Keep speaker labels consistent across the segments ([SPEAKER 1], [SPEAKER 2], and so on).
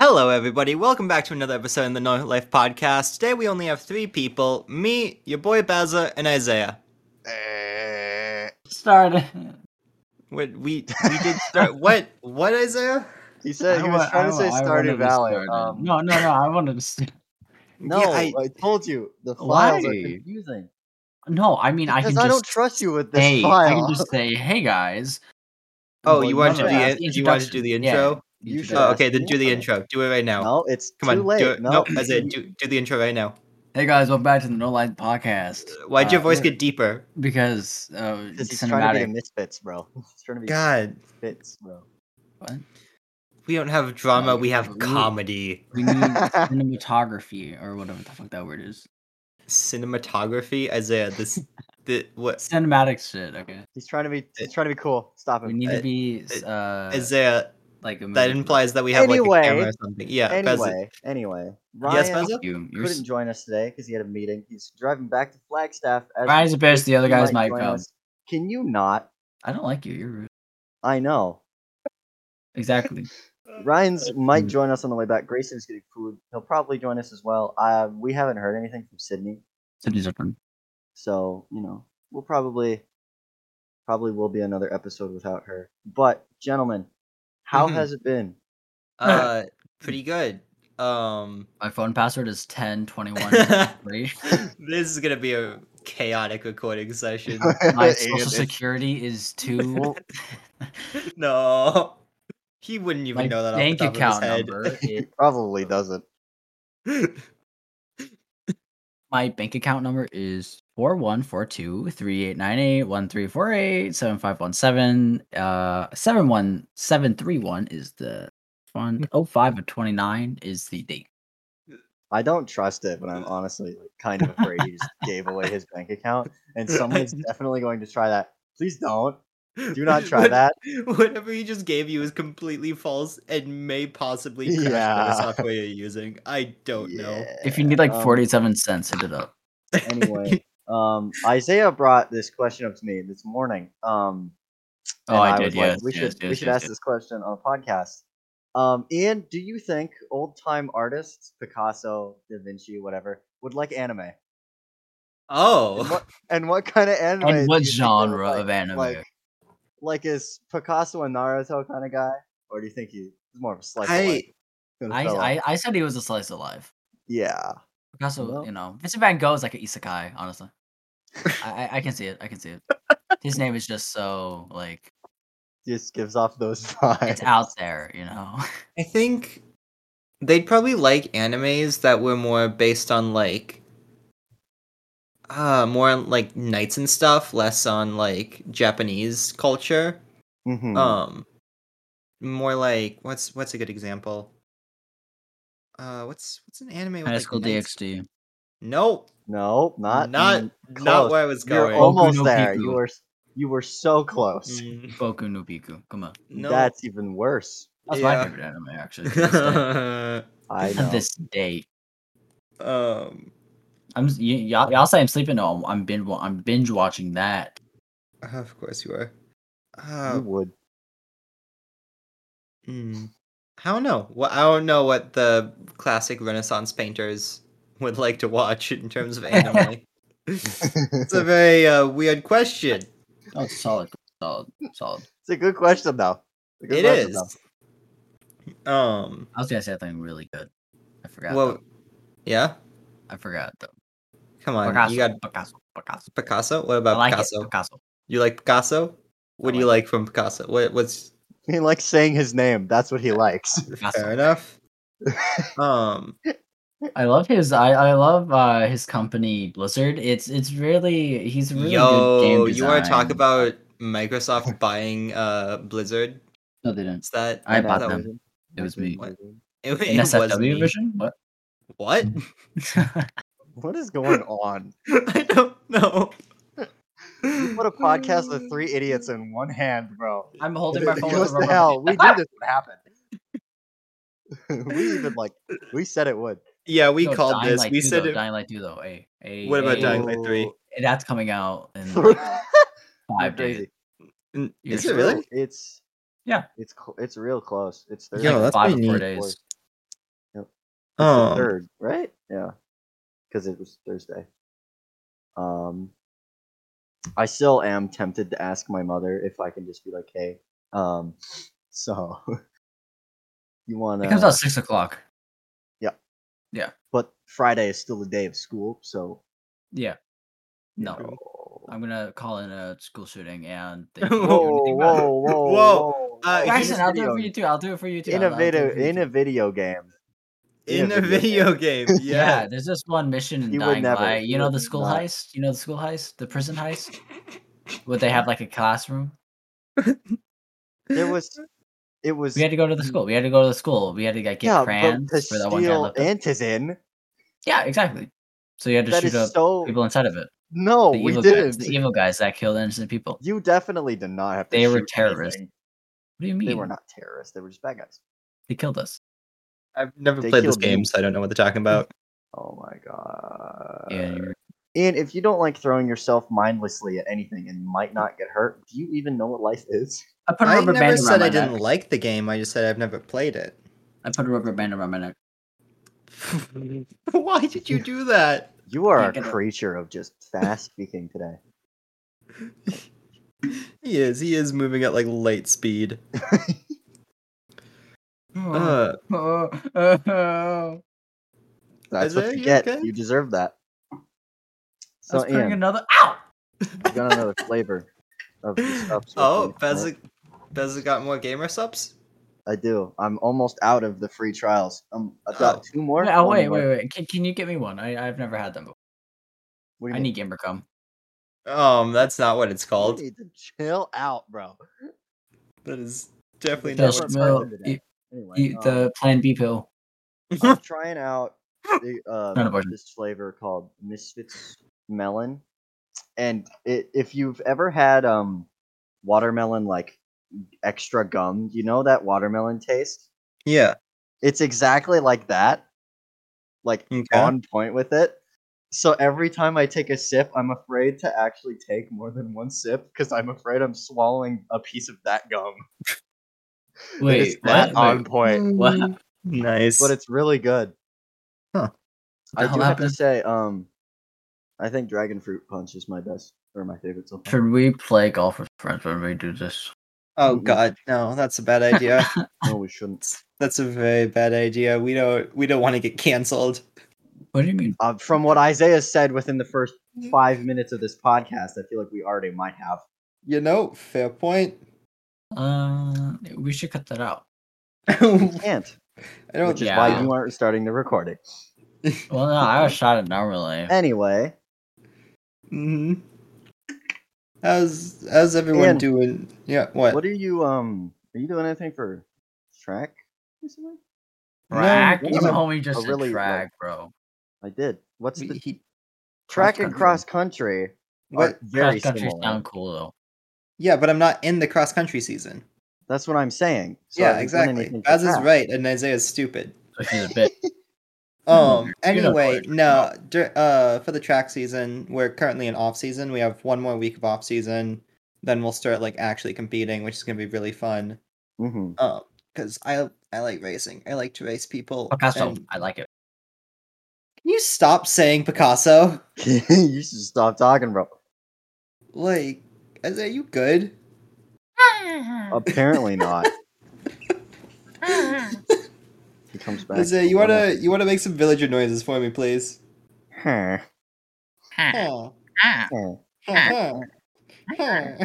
[SPEAKER 1] Hello, everybody. Welcome back to another episode in the No Life Podcast. Today we only have three people me, your boy Bazza, and Isaiah.
[SPEAKER 2] Eh,
[SPEAKER 3] started.
[SPEAKER 1] We, we, we did start. what? What, Isaiah?
[SPEAKER 2] He said he
[SPEAKER 3] I
[SPEAKER 2] was
[SPEAKER 3] wa-
[SPEAKER 2] trying
[SPEAKER 3] I
[SPEAKER 2] to say
[SPEAKER 3] wa- I
[SPEAKER 2] Stardew
[SPEAKER 3] wanted to
[SPEAKER 2] Valley.
[SPEAKER 4] start it.
[SPEAKER 2] Um,
[SPEAKER 3] No, no, no. I wanted to. St-
[SPEAKER 2] no, uh,
[SPEAKER 1] Yeah,
[SPEAKER 2] I,
[SPEAKER 1] I-
[SPEAKER 2] told you the
[SPEAKER 3] Why?
[SPEAKER 2] files are
[SPEAKER 4] Why?
[SPEAKER 2] confusing.
[SPEAKER 3] no, I mean I
[SPEAKER 2] Because
[SPEAKER 3] can
[SPEAKER 2] I,
[SPEAKER 3] just
[SPEAKER 2] don't trust you with this
[SPEAKER 3] hey, I
[SPEAKER 2] file.
[SPEAKER 3] can just say, hey guys.
[SPEAKER 1] Oh,
[SPEAKER 3] Well,
[SPEAKER 1] you wanted to
[SPEAKER 3] no,
[SPEAKER 1] do
[SPEAKER 3] no,
[SPEAKER 1] the
[SPEAKER 3] that's
[SPEAKER 1] you wanted to do the
[SPEAKER 3] introduction. Yeah,
[SPEAKER 1] intro.
[SPEAKER 2] You
[SPEAKER 3] introduction.
[SPEAKER 2] should
[SPEAKER 1] Oh,
[SPEAKER 2] ask
[SPEAKER 1] okay, then
[SPEAKER 2] me
[SPEAKER 1] do the
[SPEAKER 2] about it.
[SPEAKER 1] intro. Do it right now.
[SPEAKER 2] no, it's
[SPEAKER 1] Come on,
[SPEAKER 2] too late.
[SPEAKER 1] do it.
[SPEAKER 2] No,
[SPEAKER 1] No, Isaiah, do do the intro right now.
[SPEAKER 3] Hey guys, welcome back to the No Lies Podcast.
[SPEAKER 1] Why'd your
[SPEAKER 3] Uh,
[SPEAKER 1] voice get deeper?
[SPEAKER 3] Because uh,
[SPEAKER 2] because
[SPEAKER 3] it's
[SPEAKER 2] he's trying to be the
[SPEAKER 3] cinematic.
[SPEAKER 2] misfits, bro. He's trying to be
[SPEAKER 1] God,
[SPEAKER 2] misfits, bro.
[SPEAKER 3] What?
[SPEAKER 1] we don't have drama.
[SPEAKER 3] No,
[SPEAKER 1] We have
[SPEAKER 3] we-
[SPEAKER 1] comedy,
[SPEAKER 3] We need cinematography or whatever the fuck that word is.
[SPEAKER 1] cinematography. Isaiah, this, the what?
[SPEAKER 3] Cinematic shit. Okay.
[SPEAKER 2] He's trying to be. He's trying to be cool. Stop
[SPEAKER 3] We
[SPEAKER 2] him.
[SPEAKER 3] need
[SPEAKER 1] Uh,
[SPEAKER 3] to be
[SPEAKER 1] uh,
[SPEAKER 3] uh,
[SPEAKER 1] Isaiah,
[SPEAKER 3] like a
[SPEAKER 1] that
[SPEAKER 3] movie.
[SPEAKER 1] implies that we have
[SPEAKER 2] Anyway.
[SPEAKER 1] like a camera or something. Yeah, Bez-
[SPEAKER 2] anyway, anyway,
[SPEAKER 1] yes,
[SPEAKER 2] Ryan
[SPEAKER 1] Bezza?
[SPEAKER 3] you. You're
[SPEAKER 2] couldn't
[SPEAKER 3] s-
[SPEAKER 2] join us today because he had a meeting. He's driving back to Flagstaff. As
[SPEAKER 3] Ryan's a bitch. The other
[SPEAKER 2] he
[SPEAKER 3] guy's
[SPEAKER 2] might
[SPEAKER 3] might
[SPEAKER 2] join
[SPEAKER 3] come.
[SPEAKER 2] us. Can you not?
[SPEAKER 3] I don't like you. You're rude.
[SPEAKER 2] I know.
[SPEAKER 3] Exactly.
[SPEAKER 2] Ryan's might
[SPEAKER 3] Mm.
[SPEAKER 2] join us on the way back. Grayson's getting food. He'll probably join us as well. Uh, we haven't heard anything from Sydney,
[SPEAKER 3] Sydney's different.
[SPEAKER 2] so you know we'll probably probably will be another episode without her. But gentlemen, how
[SPEAKER 1] Mhm.
[SPEAKER 3] Mm-hmm.
[SPEAKER 2] has it been?
[SPEAKER 1] Uh, pretty good. Um,
[SPEAKER 3] My phone password is ten twenty one three.
[SPEAKER 1] this is gonna be a chaotic recording session.
[SPEAKER 3] My
[SPEAKER 2] And
[SPEAKER 3] social
[SPEAKER 2] it's-
[SPEAKER 3] security is two.
[SPEAKER 1] no, he wouldn't even
[SPEAKER 3] My
[SPEAKER 1] know that.
[SPEAKER 3] bank
[SPEAKER 1] off the top
[SPEAKER 3] account
[SPEAKER 1] of his head.
[SPEAKER 3] number. is-
[SPEAKER 2] probably doesn't.
[SPEAKER 3] my bank account number is four one four two three eight nine eight one three four eight seven five one seven. Uh, seven one seven three one is the
[SPEAKER 2] Hmm.
[SPEAKER 3] fund. Oh five of twenty nine is the date.
[SPEAKER 2] I don't trust it, but I'm honestly like, kind of afraid he just gave away his bank account, and someone's definitely going to try that. Please don't. Do not try
[SPEAKER 1] What-
[SPEAKER 2] that.
[SPEAKER 1] Whatever he just gave you is completely false and may possibly crash whatever
[SPEAKER 2] Yeah.
[SPEAKER 1] software you're using. I don't know.
[SPEAKER 3] If you need like
[SPEAKER 2] Yeah, um,
[SPEAKER 3] forty seven cents, hit it up.
[SPEAKER 2] anyway, um, Isaiah brought this question up to me this morning. Um,
[SPEAKER 3] Oh,
[SPEAKER 2] and
[SPEAKER 3] I did,
[SPEAKER 2] was
[SPEAKER 3] yes,
[SPEAKER 2] we
[SPEAKER 3] yes,
[SPEAKER 2] should we
[SPEAKER 3] yes,
[SPEAKER 2] should
[SPEAKER 3] yes,
[SPEAKER 2] ask
[SPEAKER 3] yes.
[SPEAKER 2] this question on a podcast. Um, Ian, do you think old time artists, Picasso, Da Vinci, whatever, would like anime? And
[SPEAKER 1] Oh,
[SPEAKER 2] what, and what kind of anime? do
[SPEAKER 3] And what
[SPEAKER 2] you think they would
[SPEAKER 3] genre
[SPEAKER 2] like?
[SPEAKER 3] of anime?
[SPEAKER 2] Like, like is Picasso a Naruto kind of guy, or do you think he's more of a slice? of
[SPEAKER 1] I-
[SPEAKER 2] life kind of
[SPEAKER 3] I,
[SPEAKER 2] fella?
[SPEAKER 3] I I said he was a slice of life.
[SPEAKER 2] yeah.
[SPEAKER 3] Picasso,
[SPEAKER 2] Well-
[SPEAKER 3] you know, Vincent Van Gogh is like an isekai, honestly. I, I I can see it. I can see it. His name is just so like
[SPEAKER 2] Just gives off those vibes.
[SPEAKER 3] it's out there, you know.
[SPEAKER 1] I think they'd probably like animes that were more based on like uh more on like knights and stuff, less on like Japanese culture.
[SPEAKER 2] Mhm.
[SPEAKER 3] uh,
[SPEAKER 1] Um more like what's what's a good example? Uh what's what's an anime with
[SPEAKER 3] High
[SPEAKER 1] like,
[SPEAKER 3] School
[SPEAKER 1] knights?
[SPEAKER 3] DxD.
[SPEAKER 1] No,
[SPEAKER 2] no,
[SPEAKER 1] not
[SPEAKER 2] not
[SPEAKER 1] not,
[SPEAKER 2] mm, close.
[SPEAKER 1] where I was
[SPEAKER 2] You're
[SPEAKER 1] going.
[SPEAKER 2] almost
[SPEAKER 3] Boku no
[SPEAKER 2] there.
[SPEAKER 3] Pico.
[SPEAKER 2] You were you were so close.
[SPEAKER 1] Mm,
[SPEAKER 3] Boku no Piku. Come on.
[SPEAKER 1] no.
[SPEAKER 2] That's even worse.
[SPEAKER 3] That's
[SPEAKER 1] Yeah.
[SPEAKER 3] my favorite anime, actually. to this day.
[SPEAKER 2] I
[SPEAKER 3] To
[SPEAKER 2] know.
[SPEAKER 3] this day.
[SPEAKER 1] um
[SPEAKER 3] I'm s- y- y'all, y'all say I'm sleeping. No, I'm- I'm binge. wa- I'm binge watching that.
[SPEAKER 1] of course you are.
[SPEAKER 2] you
[SPEAKER 1] Uh,
[SPEAKER 2] would.
[SPEAKER 1] Mm. I don't know. Well, I don't know what the classic Renaissance painters would like to watch in terms of anime. it's a very uh, weird question.
[SPEAKER 3] Oh, it's solid, solid, solid.
[SPEAKER 2] it's a good question though. It's a good
[SPEAKER 1] It
[SPEAKER 2] question,
[SPEAKER 1] is.
[SPEAKER 2] though.
[SPEAKER 1] Um.
[SPEAKER 3] I was gonna say something really good. I forgot.
[SPEAKER 1] Well,
[SPEAKER 3] though.
[SPEAKER 1] yeah.
[SPEAKER 3] I forgot though.
[SPEAKER 1] Come on,
[SPEAKER 3] Picasso,
[SPEAKER 1] you got
[SPEAKER 3] Picasso, Picasso.
[SPEAKER 1] Picasso. What
[SPEAKER 3] I
[SPEAKER 1] about
[SPEAKER 3] like
[SPEAKER 1] Picasso?
[SPEAKER 3] it. Picasso.
[SPEAKER 1] You like Picasso? What
[SPEAKER 3] I
[SPEAKER 1] do you like from Picasso? What, what's
[SPEAKER 2] He likes saying his name. That's what he likes.
[SPEAKER 3] Picasso.
[SPEAKER 1] fair enough? um.
[SPEAKER 3] I love his. I I love uh his company Blizzard. It's it's really he's a really good
[SPEAKER 1] yo,
[SPEAKER 3] game
[SPEAKER 1] you want to talk
[SPEAKER 3] design.
[SPEAKER 1] about Microsoft buying uh Blizzard?
[SPEAKER 3] No, they didn't.
[SPEAKER 1] Is that
[SPEAKER 3] I
[SPEAKER 1] that-
[SPEAKER 3] bought
[SPEAKER 1] that
[SPEAKER 3] them.
[SPEAKER 1] was-
[SPEAKER 3] It was me.
[SPEAKER 1] What? It,
[SPEAKER 3] An
[SPEAKER 1] it was
[SPEAKER 3] SFW
[SPEAKER 1] me.
[SPEAKER 3] version? What?
[SPEAKER 1] What?
[SPEAKER 2] What is going on?
[SPEAKER 1] I don't know.
[SPEAKER 2] You put a podcast with three idiots in one hand, bro.
[SPEAKER 3] I'm holding my phone.
[SPEAKER 2] What
[SPEAKER 3] with a
[SPEAKER 2] the
[SPEAKER 3] rubber
[SPEAKER 2] hell? We
[SPEAKER 3] band.
[SPEAKER 2] knew this would happen. we even like we said it would.
[SPEAKER 1] Yeah, we
[SPEAKER 3] No,
[SPEAKER 1] called
[SPEAKER 3] Dying
[SPEAKER 1] this.
[SPEAKER 3] Light
[SPEAKER 1] we
[SPEAKER 3] 2
[SPEAKER 1] said
[SPEAKER 3] though,
[SPEAKER 1] it.
[SPEAKER 3] Dying Light 2 though. Hey, hey,
[SPEAKER 1] What about
[SPEAKER 3] hey,
[SPEAKER 1] Dying Light Three?
[SPEAKER 2] Ooh.
[SPEAKER 3] hey, That's coming out in
[SPEAKER 2] You're
[SPEAKER 3] like five days.
[SPEAKER 2] crazy.
[SPEAKER 1] N-
[SPEAKER 3] You're
[SPEAKER 1] Is it really?
[SPEAKER 2] It's
[SPEAKER 3] Yeah.
[SPEAKER 2] It's cl- it's real close. It's
[SPEAKER 1] Yo,
[SPEAKER 2] Thursday.
[SPEAKER 1] that's
[SPEAKER 3] five
[SPEAKER 1] pretty
[SPEAKER 3] or four
[SPEAKER 1] neat.
[SPEAKER 3] days.
[SPEAKER 1] Oh.
[SPEAKER 2] third, right? Yeah, because it was Thursday. Um, I still am tempted to ask my mother if I can just be like, "Hey, um, so you want
[SPEAKER 3] It comes out six o'clock.
[SPEAKER 2] But Friday is still a day of school, so
[SPEAKER 3] Yeah. No.
[SPEAKER 2] Oh.
[SPEAKER 3] I'm gonna call in a school shooting and they
[SPEAKER 1] Whoa,
[SPEAKER 2] Whoa, whoa, whoa,
[SPEAKER 1] Whoa,
[SPEAKER 2] whoa!
[SPEAKER 1] uh,
[SPEAKER 2] in a
[SPEAKER 1] Jackson,
[SPEAKER 3] Jackson, I'll do it
[SPEAKER 2] video-
[SPEAKER 3] for you too. I'll do it for you too.
[SPEAKER 2] in
[SPEAKER 3] I'll-
[SPEAKER 2] a
[SPEAKER 3] I'll do it
[SPEAKER 2] video,
[SPEAKER 3] for you
[SPEAKER 2] in
[SPEAKER 3] too.
[SPEAKER 2] a video game.
[SPEAKER 1] in
[SPEAKER 2] Yeah,
[SPEAKER 1] a video
[SPEAKER 2] video
[SPEAKER 1] game.
[SPEAKER 3] Yeah.
[SPEAKER 1] Yeah.
[SPEAKER 3] there's this one mission in
[SPEAKER 2] He would
[SPEAKER 3] Dying
[SPEAKER 2] never,
[SPEAKER 3] Light.
[SPEAKER 2] he
[SPEAKER 3] You know
[SPEAKER 2] would
[SPEAKER 3] the school
[SPEAKER 2] not.
[SPEAKER 3] heist? You know the school heist? The prison heist? Would they have like a classroom?
[SPEAKER 2] There was, it was
[SPEAKER 3] We had to go to the school. We had to go to the school. We had to like, get
[SPEAKER 2] Mm. yeah,
[SPEAKER 3] crayons
[SPEAKER 2] but to
[SPEAKER 3] for that one guy
[SPEAKER 2] steal
[SPEAKER 3] left. us.
[SPEAKER 2] Antizen,
[SPEAKER 3] Yeah, exactly. So you had to
[SPEAKER 2] that
[SPEAKER 3] shoot
[SPEAKER 2] is
[SPEAKER 3] up
[SPEAKER 2] so
[SPEAKER 3] people inside of it.
[SPEAKER 2] no,
[SPEAKER 3] the
[SPEAKER 2] we
[SPEAKER 3] evil guys,
[SPEAKER 2] didn't.
[SPEAKER 3] the evil guys that killed innocent people.
[SPEAKER 2] You definitely did not have to.
[SPEAKER 3] They were
[SPEAKER 2] shoot
[SPEAKER 3] terrorists.
[SPEAKER 2] anything.
[SPEAKER 3] What do you mean?
[SPEAKER 2] They were not terrorists. They were just bad guys.
[SPEAKER 3] They killed us.
[SPEAKER 1] I've never
[SPEAKER 2] They
[SPEAKER 1] played this
[SPEAKER 2] killed
[SPEAKER 1] game,
[SPEAKER 2] me.
[SPEAKER 1] so I don't know what they're talking about.
[SPEAKER 2] Oh my god.
[SPEAKER 3] Yeah, you're-
[SPEAKER 2] And if you don't like throwing yourself mindlessly at anything and you might not get hurt, do you even know what life is?
[SPEAKER 3] I put a
[SPEAKER 1] I
[SPEAKER 3] rubber
[SPEAKER 1] never
[SPEAKER 3] band around
[SPEAKER 1] said
[SPEAKER 3] my
[SPEAKER 1] I
[SPEAKER 3] neck.
[SPEAKER 1] didn't like the game. I just said I've never played it.
[SPEAKER 3] I put a rubber band around my neck.
[SPEAKER 1] Why did you do that?
[SPEAKER 2] You are a
[SPEAKER 3] Thinking of-
[SPEAKER 2] creature of just fast speaking today.
[SPEAKER 1] He is. He is moving at like light speed. Uh,
[SPEAKER 2] That's what
[SPEAKER 1] Isaiah,
[SPEAKER 2] you
[SPEAKER 1] you
[SPEAKER 2] get.
[SPEAKER 1] okay?
[SPEAKER 2] You deserve that.
[SPEAKER 3] I was
[SPEAKER 2] So
[SPEAKER 3] putting
[SPEAKER 2] Ian,
[SPEAKER 3] another. Ow!
[SPEAKER 2] you got another flavor of the subs. with
[SPEAKER 1] oh,
[SPEAKER 2] me, right?
[SPEAKER 1] Bezza, Bezza got more gamer subs.
[SPEAKER 2] I do. I'm almost out of the free trials. I'm about
[SPEAKER 1] Oh.
[SPEAKER 2] two more.
[SPEAKER 3] Wait, oh,
[SPEAKER 2] One
[SPEAKER 3] wait,
[SPEAKER 2] more.
[SPEAKER 3] wait, wait. Can, can you get me one? I, I've never had them before.
[SPEAKER 2] What do you
[SPEAKER 3] I
[SPEAKER 2] mean?
[SPEAKER 3] need gamer gum.
[SPEAKER 1] Um, that's not what it's
[SPEAKER 2] You
[SPEAKER 1] called.
[SPEAKER 2] need to chill out, bro.
[SPEAKER 1] That is definitely
[SPEAKER 3] Pill
[SPEAKER 1] not
[SPEAKER 2] That's
[SPEAKER 1] what
[SPEAKER 2] Just
[SPEAKER 1] it's
[SPEAKER 2] milk.
[SPEAKER 1] called.
[SPEAKER 3] smell.
[SPEAKER 2] happened today.
[SPEAKER 3] Eat,
[SPEAKER 2] Anyway,
[SPEAKER 3] eat
[SPEAKER 2] um,
[SPEAKER 3] the Plan B pill.
[SPEAKER 2] I'm trying out the,
[SPEAKER 3] Not
[SPEAKER 2] uh,
[SPEAKER 3] abortion.
[SPEAKER 2] this flavor called Misfits Melon, and it, if you've ever had um watermelon like extra gum, you know that watermelon taste.
[SPEAKER 1] Yeah.
[SPEAKER 2] It's exactly like that, like
[SPEAKER 1] Okay.
[SPEAKER 2] on point with it. So every time I take a sip, I'm afraid to actually take more than one sip because I'm afraid I'm swallowing a piece of that gum.
[SPEAKER 3] Wait,
[SPEAKER 2] it's
[SPEAKER 3] what?
[SPEAKER 2] that on
[SPEAKER 3] Wait,
[SPEAKER 2] point.
[SPEAKER 3] what?
[SPEAKER 1] Nice.
[SPEAKER 2] but it's really good.
[SPEAKER 1] Huh.
[SPEAKER 3] What the
[SPEAKER 2] I
[SPEAKER 3] hell
[SPEAKER 2] do have to
[SPEAKER 3] happened?
[SPEAKER 2] say, um, I think Dragon Fruit Punch is my best or my favorite so far.
[SPEAKER 3] Should we play golf with friends when we do this?
[SPEAKER 1] oh
[SPEAKER 2] Mhm.
[SPEAKER 1] god, no, that's a bad idea.
[SPEAKER 2] No, we shouldn't.
[SPEAKER 1] that's a very bad idea. We don't. We don't want to get canceled.
[SPEAKER 3] What do you mean?
[SPEAKER 2] Uh, from what Isaiah said within the first
[SPEAKER 1] Mm-hmm.
[SPEAKER 2] five minutes of this podcast, I feel like we already might have.
[SPEAKER 1] You know, fair point.
[SPEAKER 3] Uh, we should cut that out.
[SPEAKER 2] We
[SPEAKER 1] I
[SPEAKER 2] can't,
[SPEAKER 1] don't.
[SPEAKER 2] which is why
[SPEAKER 3] Yeah.
[SPEAKER 2] you aren't starting the recording.
[SPEAKER 3] Well, no, I was shot at normally.
[SPEAKER 2] Uh, Anyway,
[SPEAKER 1] Mhm. How's How's everyone
[SPEAKER 2] Ian.
[SPEAKER 1] doing? Yeah. What?
[SPEAKER 2] what are you um? Are you doing anything for track recently?
[SPEAKER 1] No,
[SPEAKER 3] Track?
[SPEAKER 1] no,
[SPEAKER 3] you
[SPEAKER 1] no.
[SPEAKER 3] homie just
[SPEAKER 2] a
[SPEAKER 3] said
[SPEAKER 2] really, like-
[SPEAKER 3] track, bro.
[SPEAKER 2] I did. What's the
[SPEAKER 1] He-
[SPEAKER 2] track and
[SPEAKER 3] cross-country.
[SPEAKER 2] cross country?
[SPEAKER 1] what?
[SPEAKER 2] Are very
[SPEAKER 3] Cross country
[SPEAKER 2] similar.
[SPEAKER 3] sound cool though.
[SPEAKER 1] Yeah, but I'm not in the cross country season.
[SPEAKER 2] That's what I'm saying. So I
[SPEAKER 1] yeah,
[SPEAKER 2] haven't done
[SPEAKER 1] exactly.
[SPEAKER 2] anything for
[SPEAKER 1] Baz is
[SPEAKER 2] track.
[SPEAKER 1] right, and Isaiah's stupid.
[SPEAKER 3] So she's a bit.
[SPEAKER 1] Um.
[SPEAKER 3] You know
[SPEAKER 1] Anyway,
[SPEAKER 3] what
[SPEAKER 1] no. dur- Uh, for the track season, we're currently in off season. We have one more week of off season. Then we'll start like actually competing, which is gonna be really fun.
[SPEAKER 2] Mm-hmm.
[SPEAKER 1] Um, because I I like racing. I like to race people.
[SPEAKER 3] Picasso.
[SPEAKER 1] and-
[SPEAKER 3] I like it.
[SPEAKER 1] Can you stop saying Picasso?
[SPEAKER 2] you should stop talking, bro.
[SPEAKER 1] Like, Isaiah, you good?
[SPEAKER 2] Apparently not. he comes back.
[SPEAKER 1] Isaiah, you wanna you wanna make some villager noises for me, please?
[SPEAKER 2] Huh.
[SPEAKER 1] Huh,
[SPEAKER 3] Ah.
[SPEAKER 2] Huh.
[SPEAKER 1] huh, huh, huh.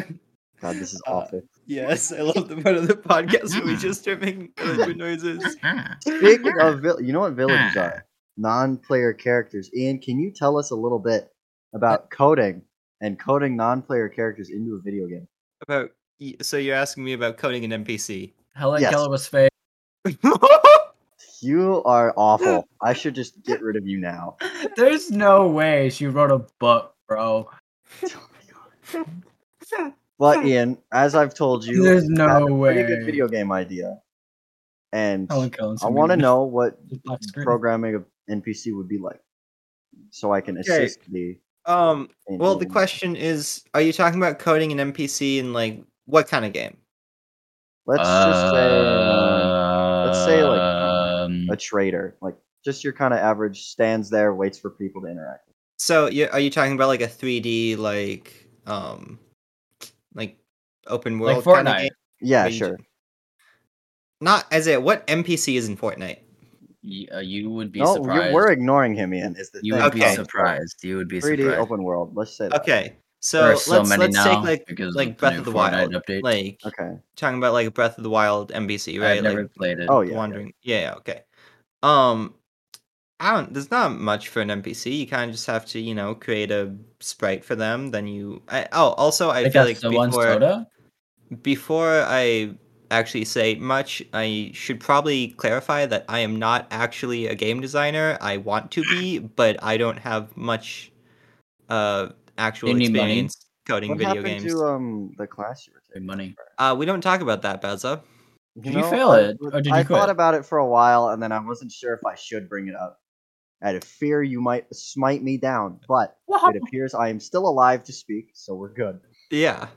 [SPEAKER 2] God, this is
[SPEAKER 1] Uh,
[SPEAKER 2] awful.
[SPEAKER 1] Yes, I love the part of the podcast where we just start making villager noises.
[SPEAKER 2] Speaking of, vill- you know what villages are? Non-player characters. Ian, can you tell us a little bit about coding and coding non-player characters into a video game?
[SPEAKER 1] About y- so you're asking me about coding an NPC.
[SPEAKER 3] Helen
[SPEAKER 2] Yes.
[SPEAKER 3] Keller was fake.
[SPEAKER 2] You are awful. I should just get rid of you now.
[SPEAKER 3] There's no way she wrote a book, bro.
[SPEAKER 2] But Ian, as I've told you,
[SPEAKER 3] There's
[SPEAKER 2] you
[SPEAKER 3] no
[SPEAKER 2] have a pretty good
[SPEAKER 3] way.
[SPEAKER 2] video game idea, and
[SPEAKER 3] Helen Keller's
[SPEAKER 2] I want to
[SPEAKER 3] amazing.
[SPEAKER 2] know what
[SPEAKER 3] Black screen.
[SPEAKER 2] programming of NPC would be like, so I can
[SPEAKER 1] Okay.
[SPEAKER 2] assist the.
[SPEAKER 1] um,
[SPEAKER 2] in-
[SPEAKER 1] well, the
[SPEAKER 3] Mm.
[SPEAKER 2] in-
[SPEAKER 1] question is, are you talking about coding an NPC in like what kind of game?
[SPEAKER 3] Uh.
[SPEAKER 2] Let's just say um, let's say, like,
[SPEAKER 3] Um,
[SPEAKER 2] a trader, like Just your kind of average stands there, waits for people to interact.
[SPEAKER 1] So, you are you talking about like a 3D like um like open world
[SPEAKER 3] like
[SPEAKER 1] kinda
[SPEAKER 3] Fortnite.
[SPEAKER 1] game?
[SPEAKER 2] Yeah,
[SPEAKER 1] Where you
[SPEAKER 2] sure.
[SPEAKER 1] Not as it. What NPC is in Fortnite?
[SPEAKER 3] Y- uh, you would be
[SPEAKER 2] No, you-
[SPEAKER 3] surprised.
[SPEAKER 2] we're ignoring him, Ian. Is the
[SPEAKER 3] You
[SPEAKER 2] thing.
[SPEAKER 3] would
[SPEAKER 1] Okay.
[SPEAKER 3] be surprised. You would be
[SPEAKER 2] 3D
[SPEAKER 3] surprised.
[SPEAKER 2] open world. Let's say that.
[SPEAKER 1] Okay, so,
[SPEAKER 3] There are so
[SPEAKER 1] let's
[SPEAKER 3] many
[SPEAKER 1] let's
[SPEAKER 3] now
[SPEAKER 1] take like
[SPEAKER 3] because
[SPEAKER 1] like
[SPEAKER 3] of
[SPEAKER 1] Breath
[SPEAKER 3] new
[SPEAKER 1] of the
[SPEAKER 3] Fortnite
[SPEAKER 1] Wild,
[SPEAKER 3] update.
[SPEAKER 1] like
[SPEAKER 2] Okay.
[SPEAKER 1] talking about like Breath of the Wild NPC, right?
[SPEAKER 3] I've
[SPEAKER 1] like
[SPEAKER 3] never played it.
[SPEAKER 2] Oh
[SPEAKER 1] the
[SPEAKER 2] yeah.
[SPEAKER 1] wandering. Yeah, yeah, okay. Um, I don't. There's not much for an NPC. You kind of just have to, you know, create a sprite for them. Then you. I, oh, also, I,
[SPEAKER 3] I think
[SPEAKER 1] feel like
[SPEAKER 3] that's the
[SPEAKER 1] before
[SPEAKER 3] one soda.
[SPEAKER 1] before I actually say much, I should probably clarify that I am not actually a game designer. I want to be, but I don't have much yeah. uh, actual
[SPEAKER 3] You need money.
[SPEAKER 1] experience coding
[SPEAKER 2] What
[SPEAKER 1] video
[SPEAKER 2] happened
[SPEAKER 1] games.
[SPEAKER 2] to um the class you were taking?
[SPEAKER 3] Money.
[SPEAKER 1] uh, we don't talk about that, Bazza.
[SPEAKER 3] Did you fail it, or did
[SPEAKER 2] I
[SPEAKER 3] you quit?
[SPEAKER 2] thought about it for a while, and then I wasn't sure if I should bring it up. Out of fear you might smite me down, but it appears I am still alive to speak, so we're good.
[SPEAKER 1] Yeah.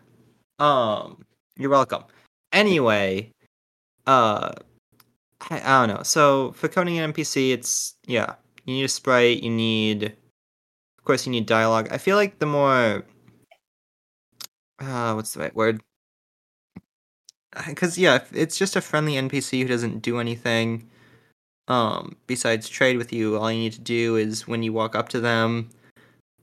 [SPEAKER 1] Um, you're welcome. Anyway, uh, I, I don't know. So for coding an NPC, it's yeah, you need a sprite. You need, of course, you need dialogue. I feel like the more, uh, what's the right word? Because yeah, if it's just a friendly NPC who doesn't do anything. Um, besides trade with you, all you need to do is when you walk up to them,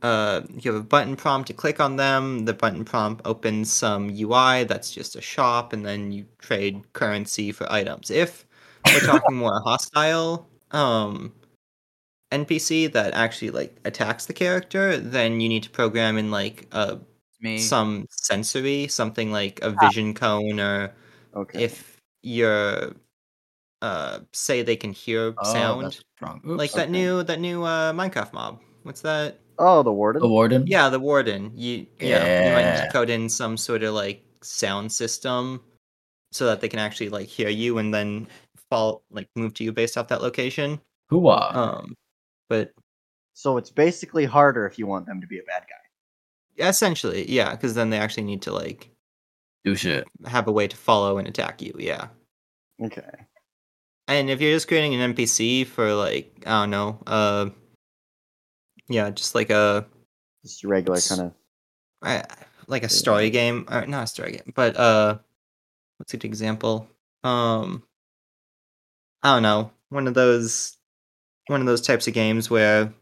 [SPEAKER 1] uh, you have a button prompt to click on them. The button prompt opens some UI that's just a shop, and then you trade currency for items. If we're talking more hostile um, NPC that actually like attacks the character, then you need to program in like uh,
[SPEAKER 3] Me.
[SPEAKER 1] some sensory, something like
[SPEAKER 3] Ah.
[SPEAKER 1] a vision cone, or
[SPEAKER 2] Okay.
[SPEAKER 1] if you're uh, say they can hear
[SPEAKER 3] Oh,
[SPEAKER 1] sound,
[SPEAKER 3] that's wrong.
[SPEAKER 1] like
[SPEAKER 3] Oops.
[SPEAKER 1] that
[SPEAKER 2] okay.
[SPEAKER 1] new that new uh, Minecraft mob. What's that?
[SPEAKER 2] oh, the warden.
[SPEAKER 3] the warden.
[SPEAKER 1] Yeah, the warden. You yeah, you might need
[SPEAKER 3] Yeah.
[SPEAKER 1] to code in some sort of like sound system so that they can actually like hear you and then fall like move to you based off that location.
[SPEAKER 3] Hooah.
[SPEAKER 1] Um but
[SPEAKER 2] So it's basically harder if you want them to be a bad guy.
[SPEAKER 1] essentially, yeah, cuz then they actually need to like
[SPEAKER 3] Do shit.
[SPEAKER 1] have a way to follow and attack you, yeah.
[SPEAKER 2] Okay.
[SPEAKER 1] And if you're just creating an NPC for like, I don't know, uh yeah, just like a
[SPEAKER 2] Just your regular
[SPEAKER 1] S-
[SPEAKER 2] kind of.
[SPEAKER 1] I- like a story game or not a story game but uh what's a good example um i don't know one of those one of those types of games where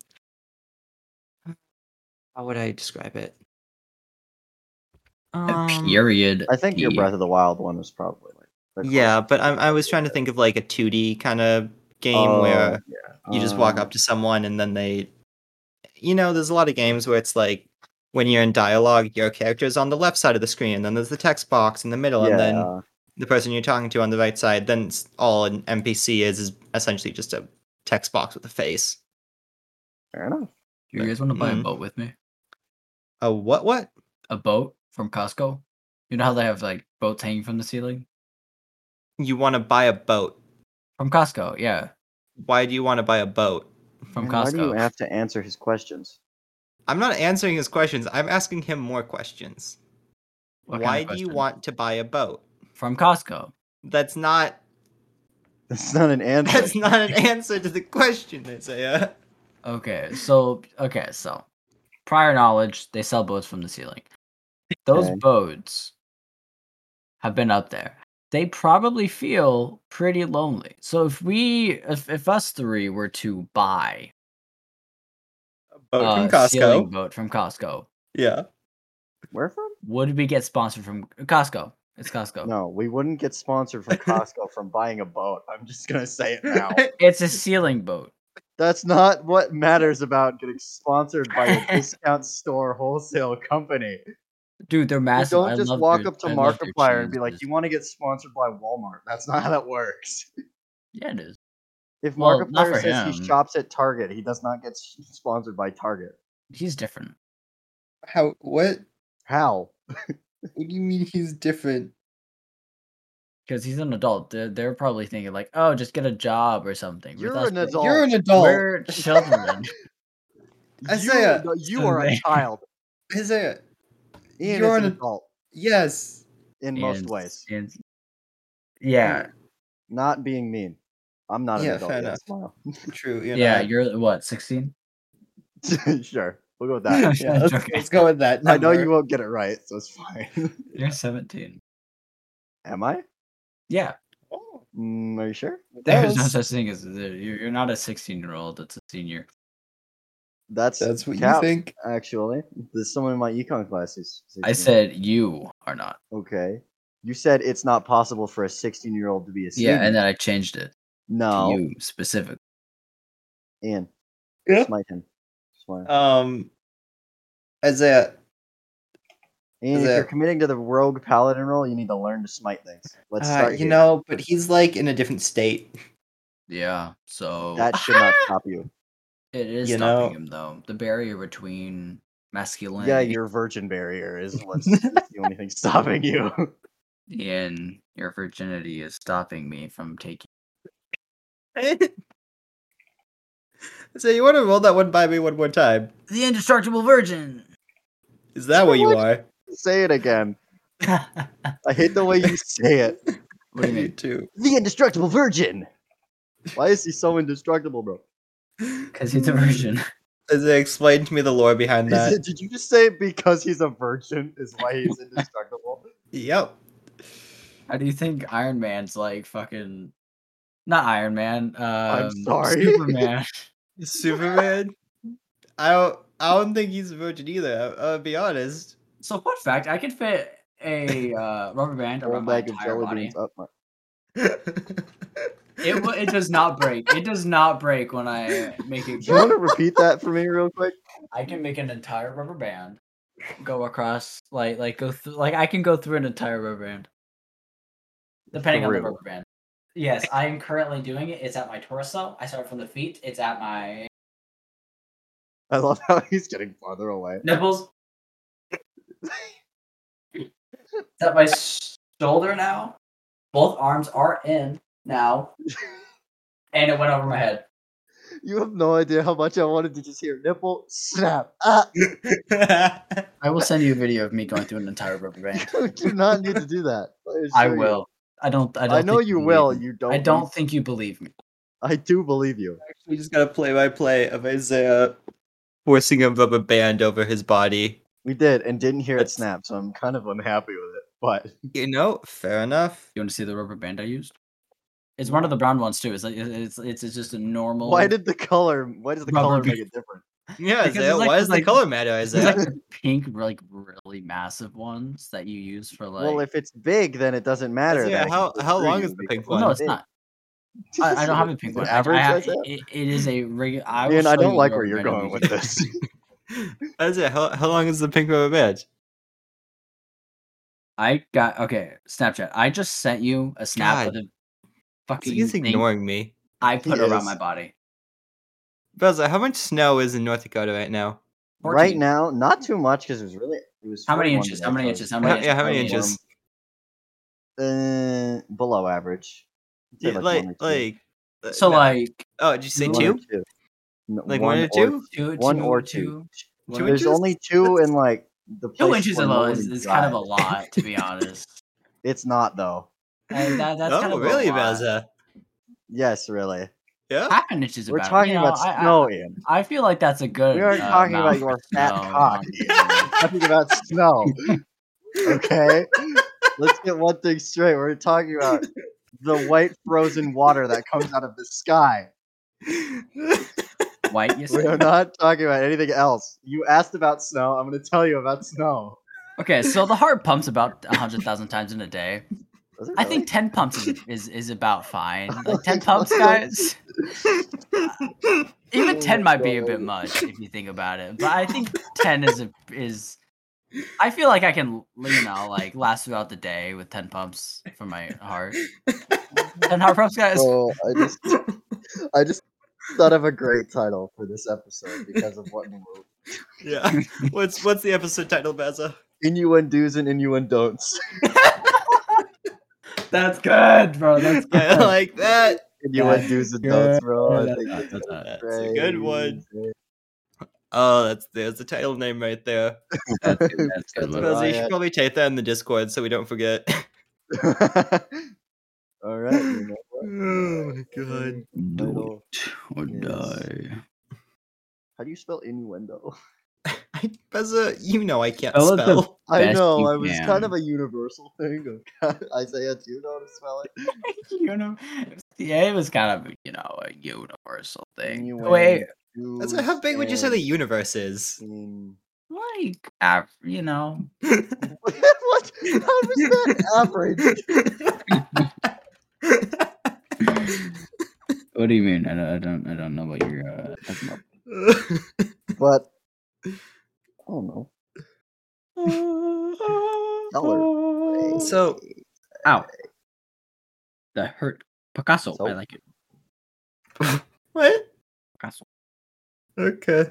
[SPEAKER 1] how would i describe it Um,
[SPEAKER 3] Period.
[SPEAKER 2] I think your
[SPEAKER 3] E.
[SPEAKER 2] Breath of the Wild one was probably like. the closest
[SPEAKER 1] yeah but I, I
[SPEAKER 2] to
[SPEAKER 1] was
[SPEAKER 2] it.
[SPEAKER 1] trying to think of like a 2d kind of game
[SPEAKER 2] Oh,
[SPEAKER 1] where
[SPEAKER 2] yeah.
[SPEAKER 1] you just walk
[SPEAKER 2] Um,
[SPEAKER 1] up to someone and then they you know there's a lot of games where it's like when you're in dialogue your character is on the left side of the screen and then there's the text box in the middle and then
[SPEAKER 2] yeah.
[SPEAKER 1] the person you're talking to on the right side, then it's all an NPC is is essentially just a text box with a face.
[SPEAKER 2] Fair enough.
[SPEAKER 3] Do you guys want to buy a
[SPEAKER 1] Mhm.
[SPEAKER 3] boat with me?
[SPEAKER 1] A what? What?
[SPEAKER 3] A boat from Costco. You know how they have like boats hanging from the ceiling
[SPEAKER 1] You want to buy a boat?
[SPEAKER 3] from Costco? Yeah,
[SPEAKER 1] Why do you want to buy a boat?
[SPEAKER 3] from
[SPEAKER 2] Man, Why do you
[SPEAKER 3] Costco.
[SPEAKER 2] have to answer his questions?
[SPEAKER 1] I'm not answering his questions. I'm asking him more questions.
[SPEAKER 3] What kind of
[SPEAKER 1] Why do you
[SPEAKER 3] question?
[SPEAKER 1] want to buy a boat?
[SPEAKER 3] from Costco?
[SPEAKER 1] That's not.
[SPEAKER 2] That's not an answer.
[SPEAKER 1] That's not an answer to the question, Isaiah.
[SPEAKER 3] Okay, so okay, so prior knowledge, they sell boats from the ceiling. Those
[SPEAKER 2] Okay.
[SPEAKER 3] boats have been up there. They probably feel pretty lonely. So if we, if, if us three were to buy
[SPEAKER 1] Boat
[SPEAKER 3] a Uh, ceiling boat from Costco,
[SPEAKER 1] Oh, Yeah.
[SPEAKER 2] Where from?
[SPEAKER 3] would we get sponsored from Costco? It's Costco.
[SPEAKER 2] No, we wouldn't get sponsored from Costco from buying a boat. I'm just gonna say it now.
[SPEAKER 3] It's a ceiling boat.
[SPEAKER 2] That's not what matters about getting sponsored by a discount store wholesale company.
[SPEAKER 3] Dude, they're
[SPEAKER 2] You
[SPEAKER 3] massive. I
[SPEAKER 2] don't just
[SPEAKER 3] love
[SPEAKER 2] walk
[SPEAKER 3] their-
[SPEAKER 2] up to
[SPEAKER 3] I love their
[SPEAKER 2] Markiplier and be like,
[SPEAKER 3] cheeses.
[SPEAKER 2] "You want to get sponsored by Walmart?" That's not how that works.
[SPEAKER 3] Yeah, it is.
[SPEAKER 2] If
[SPEAKER 3] Well, not
[SPEAKER 2] Markiplier
[SPEAKER 3] for
[SPEAKER 2] says he
[SPEAKER 3] him.
[SPEAKER 2] shops at Target, he does not get s- sponsored by Target.
[SPEAKER 3] He's different.
[SPEAKER 1] How? What?
[SPEAKER 2] How?
[SPEAKER 1] What do you mean he's different?
[SPEAKER 3] Because he's an adult. They're, they're probably thinking like, oh, just get a job or something. With
[SPEAKER 2] You're
[SPEAKER 3] us,
[SPEAKER 2] an
[SPEAKER 3] we're-
[SPEAKER 2] adult. You're an
[SPEAKER 1] adult.
[SPEAKER 3] We're children.
[SPEAKER 1] Isaiah.
[SPEAKER 2] You, you
[SPEAKER 3] So
[SPEAKER 2] are a
[SPEAKER 3] they-
[SPEAKER 2] child.
[SPEAKER 1] Isaiah.
[SPEAKER 2] Ian
[SPEAKER 1] You're
[SPEAKER 2] is an
[SPEAKER 1] an-
[SPEAKER 2] adult
[SPEAKER 1] Yes.
[SPEAKER 2] in most
[SPEAKER 3] And-
[SPEAKER 2] ways.
[SPEAKER 3] and- yeah.
[SPEAKER 2] Not being mean. I'm not an
[SPEAKER 1] Yeah,
[SPEAKER 2] adult
[SPEAKER 1] fair
[SPEAKER 2] yet. Smile.
[SPEAKER 1] True. You're
[SPEAKER 3] yeah,
[SPEAKER 1] not-
[SPEAKER 3] you're what, 16?
[SPEAKER 2] sure, we'll go with that.
[SPEAKER 1] yeah, let's,
[SPEAKER 3] Okay.
[SPEAKER 1] let's go with that.
[SPEAKER 2] I know
[SPEAKER 1] number.
[SPEAKER 2] you won't get it right, so it's fine.
[SPEAKER 3] You're 17.
[SPEAKER 2] Am I?
[SPEAKER 3] Yeah,
[SPEAKER 1] Oh,
[SPEAKER 2] Mm, are you sure?
[SPEAKER 3] there's no
[SPEAKER 1] those-
[SPEAKER 3] such thing as you're you're not a 16 year old that's a senior.
[SPEAKER 2] That's
[SPEAKER 1] That's what you
[SPEAKER 2] cap,
[SPEAKER 1] think.
[SPEAKER 2] Actually, there's someone in my econ class who's.
[SPEAKER 3] I
[SPEAKER 2] 16.
[SPEAKER 3] said you are not.
[SPEAKER 2] Okay. You said it's not possible for a 16 year old to be a senior.
[SPEAKER 3] Yeah, and then I changed it
[SPEAKER 1] Oh.
[SPEAKER 2] no,
[SPEAKER 3] to you specifically.
[SPEAKER 2] Ian,
[SPEAKER 1] Yeah.
[SPEAKER 2] smite him. Smile.
[SPEAKER 1] Um, Isaiah,
[SPEAKER 2] Ian,
[SPEAKER 1] is
[SPEAKER 2] if you're
[SPEAKER 1] it-
[SPEAKER 2] committing to the rogue paladin role, you need to learn to smite things. Let's
[SPEAKER 1] uh,
[SPEAKER 2] start.
[SPEAKER 1] you
[SPEAKER 2] here.
[SPEAKER 1] know, but he's like in a different state.
[SPEAKER 3] Yeah, so
[SPEAKER 2] that should not stop you.
[SPEAKER 3] it is
[SPEAKER 1] you
[SPEAKER 3] stopping
[SPEAKER 1] know-
[SPEAKER 3] him though. The barrier between masculine
[SPEAKER 2] Yeah, your virgin barrier is what's is the only thing stopping you.
[SPEAKER 3] and your virginity is stopping me from taking.
[SPEAKER 1] so you want to roll that one by me one more time?
[SPEAKER 3] The indestructible virgin.
[SPEAKER 1] Is that what you are?
[SPEAKER 2] say it again.
[SPEAKER 3] what
[SPEAKER 2] I hate the way you say it.
[SPEAKER 3] do you mean?
[SPEAKER 1] too?
[SPEAKER 2] The indestructible virgin. Why is he so indestructible, bro?
[SPEAKER 3] Because he's a virgin.
[SPEAKER 1] Isaiah, explain to me the lore behind
[SPEAKER 2] Is
[SPEAKER 1] that.
[SPEAKER 2] it- did you just say because he's a virgin is why he's indestructible?
[SPEAKER 1] Yep.
[SPEAKER 3] How do you think Iron Man's like fucking? Not Iron Man. Um,
[SPEAKER 2] sorry.
[SPEAKER 3] Superman.
[SPEAKER 1] Superman. I don't. I don't think he's a virgin either. I- I'll be honest.
[SPEAKER 3] so fun fact: I could fit a uh, rubber band
[SPEAKER 2] Whole
[SPEAKER 3] around my
[SPEAKER 2] bag of
[SPEAKER 3] entire
[SPEAKER 2] jelly
[SPEAKER 3] body.
[SPEAKER 2] beans up my.
[SPEAKER 3] It w- it does not break. It does not break when I make it.
[SPEAKER 2] Do you want to repeat that for me real quick?
[SPEAKER 3] I can make an entire rubber band go across like like go through like I can go through an entire rubber band. Depending on the
[SPEAKER 2] Through.
[SPEAKER 3] rubber band. Yes, I am currently doing it. It's at my torso. I start from the feet. It's at my
[SPEAKER 2] I love how he's getting farther away.
[SPEAKER 3] nipples. it's at my sh- shoulder now. Both arms are in now. And it went over my head.
[SPEAKER 2] You have no idea how much I wanted to just hear nipple snap. Ah,
[SPEAKER 3] I will send you a video of me going through an entire rubber
[SPEAKER 2] you do not need to do that.
[SPEAKER 3] I
[SPEAKER 2] assure you.
[SPEAKER 3] will. I don't. I, don't
[SPEAKER 2] I know
[SPEAKER 3] think
[SPEAKER 2] you
[SPEAKER 3] believe
[SPEAKER 2] will.
[SPEAKER 3] me.
[SPEAKER 2] You don't.
[SPEAKER 3] I
[SPEAKER 2] need-
[SPEAKER 3] don't think you believe me.
[SPEAKER 2] I do believe you.
[SPEAKER 1] We just got a play-by-play of Isaiah forcing a rubber band over his body.
[SPEAKER 2] We did and didn't hear it
[SPEAKER 1] That's-
[SPEAKER 2] snap, so I'm kind of unhappy with it. But
[SPEAKER 1] You know, fair enough.
[SPEAKER 3] You want to see the rubber band I used? It's one of the brown ones too. It's like it- it's it's, it's just a normal.
[SPEAKER 2] why did the color? Why does the
[SPEAKER 3] Rubber
[SPEAKER 2] color
[SPEAKER 3] band.
[SPEAKER 2] make it different?
[SPEAKER 1] Yeah,
[SPEAKER 3] Because it's
[SPEAKER 1] Isaiah.
[SPEAKER 3] like-
[SPEAKER 1] why
[SPEAKER 3] it's
[SPEAKER 1] does
[SPEAKER 3] like-
[SPEAKER 1] the color matter,
[SPEAKER 3] it's
[SPEAKER 1] Isaiah?
[SPEAKER 3] like the pink, like really massive ones that you use for like?
[SPEAKER 2] well, if it's big, then it doesn't matter.
[SPEAKER 1] Yeah,
[SPEAKER 2] that it
[SPEAKER 1] how-
[SPEAKER 2] can go
[SPEAKER 1] how
[SPEAKER 2] through
[SPEAKER 1] long
[SPEAKER 2] you
[SPEAKER 1] is the
[SPEAKER 2] because
[SPEAKER 1] pink
[SPEAKER 3] Well, no,
[SPEAKER 1] one
[SPEAKER 3] it's
[SPEAKER 2] big.
[SPEAKER 3] not. I, I don't have a
[SPEAKER 2] Is
[SPEAKER 3] pink
[SPEAKER 2] it
[SPEAKER 3] one. I-
[SPEAKER 2] Average.
[SPEAKER 3] I have,
[SPEAKER 2] Isaiah?
[SPEAKER 3] it, it is a regular. I will
[SPEAKER 2] Ian, I
[SPEAKER 3] show you
[SPEAKER 2] don't
[SPEAKER 3] the
[SPEAKER 2] like where
[SPEAKER 3] rubber
[SPEAKER 2] you're
[SPEAKER 3] band I
[SPEAKER 2] going with
[SPEAKER 3] used.
[SPEAKER 2] this.
[SPEAKER 1] Isaiah, how, how long is the pink rubber band?
[SPEAKER 3] I got okay. Snapchat. I just sent you a snap of
[SPEAKER 1] God.
[SPEAKER 3] the fucking
[SPEAKER 1] He's
[SPEAKER 3] thing
[SPEAKER 1] ignoring me.
[SPEAKER 3] I
[SPEAKER 2] He
[SPEAKER 3] put around
[SPEAKER 2] is.
[SPEAKER 3] my body.
[SPEAKER 1] Beza, how much snow is in North Dakota right now?
[SPEAKER 2] right
[SPEAKER 3] 14.
[SPEAKER 2] now, not too much because it was really. It was
[SPEAKER 3] How many
[SPEAKER 2] 41
[SPEAKER 3] inches?
[SPEAKER 2] today,
[SPEAKER 3] How many
[SPEAKER 2] so
[SPEAKER 3] inches? How
[SPEAKER 1] How-
[SPEAKER 3] many?
[SPEAKER 1] yeah, how many
[SPEAKER 3] inches?
[SPEAKER 1] inches?
[SPEAKER 2] Uh, below average. I'd say
[SPEAKER 1] Yeah,
[SPEAKER 2] like
[SPEAKER 1] like,
[SPEAKER 2] one or two.
[SPEAKER 1] like, uh,
[SPEAKER 3] So
[SPEAKER 1] no-
[SPEAKER 3] like
[SPEAKER 1] oh, did you say
[SPEAKER 3] you
[SPEAKER 2] One or
[SPEAKER 1] two?
[SPEAKER 2] No,
[SPEAKER 1] Like one, or two?
[SPEAKER 3] two,
[SPEAKER 2] one
[SPEAKER 3] two,
[SPEAKER 2] or
[SPEAKER 3] two.
[SPEAKER 2] two.
[SPEAKER 1] Two
[SPEAKER 2] There's
[SPEAKER 1] inches?
[SPEAKER 2] only two in like the
[SPEAKER 3] Two
[SPEAKER 2] place
[SPEAKER 3] inches
[SPEAKER 2] where
[SPEAKER 3] of low
[SPEAKER 2] nobody
[SPEAKER 3] is, is kind of a
[SPEAKER 2] drives.
[SPEAKER 3] lot, to be honest.
[SPEAKER 2] It's not though.
[SPEAKER 3] And that- that's
[SPEAKER 1] oh,
[SPEAKER 3] kind of
[SPEAKER 1] really,
[SPEAKER 3] a lot.
[SPEAKER 1] Beza?
[SPEAKER 2] Yes, really.
[SPEAKER 1] Yeah.
[SPEAKER 3] Half an inch is
[SPEAKER 2] We're
[SPEAKER 3] about.
[SPEAKER 2] talking
[SPEAKER 3] you know,
[SPEAKER 2] about
[SPEAKER 3] I-
[SPEAKER 2] snow, Ian.
[SPEAKER 3] I, I feel like that's a good.
[SPEAKER 2] We aren't
[SPEAKER 3] uh,
[SPEAKER 2] talking about
[SPEAKER 3] amount
[SPEAKER 2] your
[SPEAKER 3] for
[SPEAKER 2] fat
[SPEAKER 3] snow.
[SPEAKER 2] cock. Ian. We're talking about snow. Okay. Let's get one thing straight. We're talking about the white frozen water that comes out of the sky.
[SPEAKER 3] White, you
[SPEAKER 2] We are
[SPEAKER 3] said?
[SPEAKER 2] not talking about anything else. You asked about snow. I'm going to tell you about snow.
[SPEAKER 3] Okay, so the heart pumps about hundred thousand times in a day.
[SPEAKER 2] Does it
[SPEAKER 3] I
[SPEAKER 2] really?
[SPEAKER 3] think ten pumps is is, is about fine. Like ten
[SPEAKER 2] my
[SPEAKER 3] pumps,
[SPEAKER 2] God.
[SPEAKER 3] guys. Even
[SPEAKER 2] Oh
[SPEAKER 3] ten
[SPEAKER 2] my
[SPEAKER 3] might be a bit
[SPEAKER 2] God.
[SPEAKER 3] much if you think about it, but I think ten is a is. I feel like I can, you know, like last throughout the day with ten pumps for my heart. Ten heart pumps, guys.
[SPEAKER 2] Oh, I just, I just thought of a great title for this episode because of what in the world.
[SPEAKER 1] yeah. What's what's the episode title, Beza?
[SPEAKER 2] innuendos and innuendon'ts.
[SPEAKER 3] That's good, bro. Oh, That's
[SPEAKER 1] I like that.
[SPEAKER 2] innuendos and don'ts, bro.
[SPEAKER 3] Yeah,
[SPEAKER 2] I think
[SPEAKER 3] that's-
[SPEAKER 2] it's
[SPEAKER 3] that's-
[SPEAKER 1] That's a good one. Oh, that's there's the title name right there.
[SPEAKER 3] That's good, that's good,
[SPEAKER 2] That's
[SPEAKER 3] look.
[SPEAKER 2] what
[SPEAKER 1] Beza, you
[SPEAKER 2] I-
[SPEAKER 1] should probably type that in the Discord so we don't forget.
[SPEAKER 2] All right. You know what?
[SPEAKER 1] oh my god.
[SPEAKER 3] Do
[SPEAKER 2] Little-
[SPEAKER 3] it or
[SPEAKER 2] Yes.
[SPEAKER 3] die.
[SPEAKER 2] How do you spell innuendo?
[SPEAKER 1] I, Beza, you know I can't
[SPEAKER 3] Spell it the-
[SPEAKER 1] spell.
[SPEAKER 2] I
[SPEAKER 3] Best
[SPEAKER 2] know.
[SPEAKER 3] you
[SPEAKER 2] I was kind of
[SPEAKER 3] can.
[SPEAKER 2] a universal thing. Of Isaiah, do you know how to spell it?
[SPEAKER 3] you know, yeah, it was kind of you know a universal thing.
[SPEAKER 2] Innuendo.
[SPEAKER 3] Wait,
[SPEAKER 1] That's how big would you say the
[SPEAKER 2] and
[SPEAKER 1] universe is?
[SPEAKER 2] in-
[SPEAKER 3] like af- you know,
[SPEAKER 2] what? How was that average?
[SPEAKER 3] what do you mean? I don't, I don't, I don't know what you're uh, talking about.
[SPEAKER 2] But I don't know. Color.
[SPEAKER 1] so
[SPEAKER 3] Ow, that hurt. Picasso,
[SPEAKER 2] So-
[SPEAKER 3] I like it.
[SPEAKER 1] what?
[SPEAKER 3] Picasso,
[SPEAKER 1] Okay.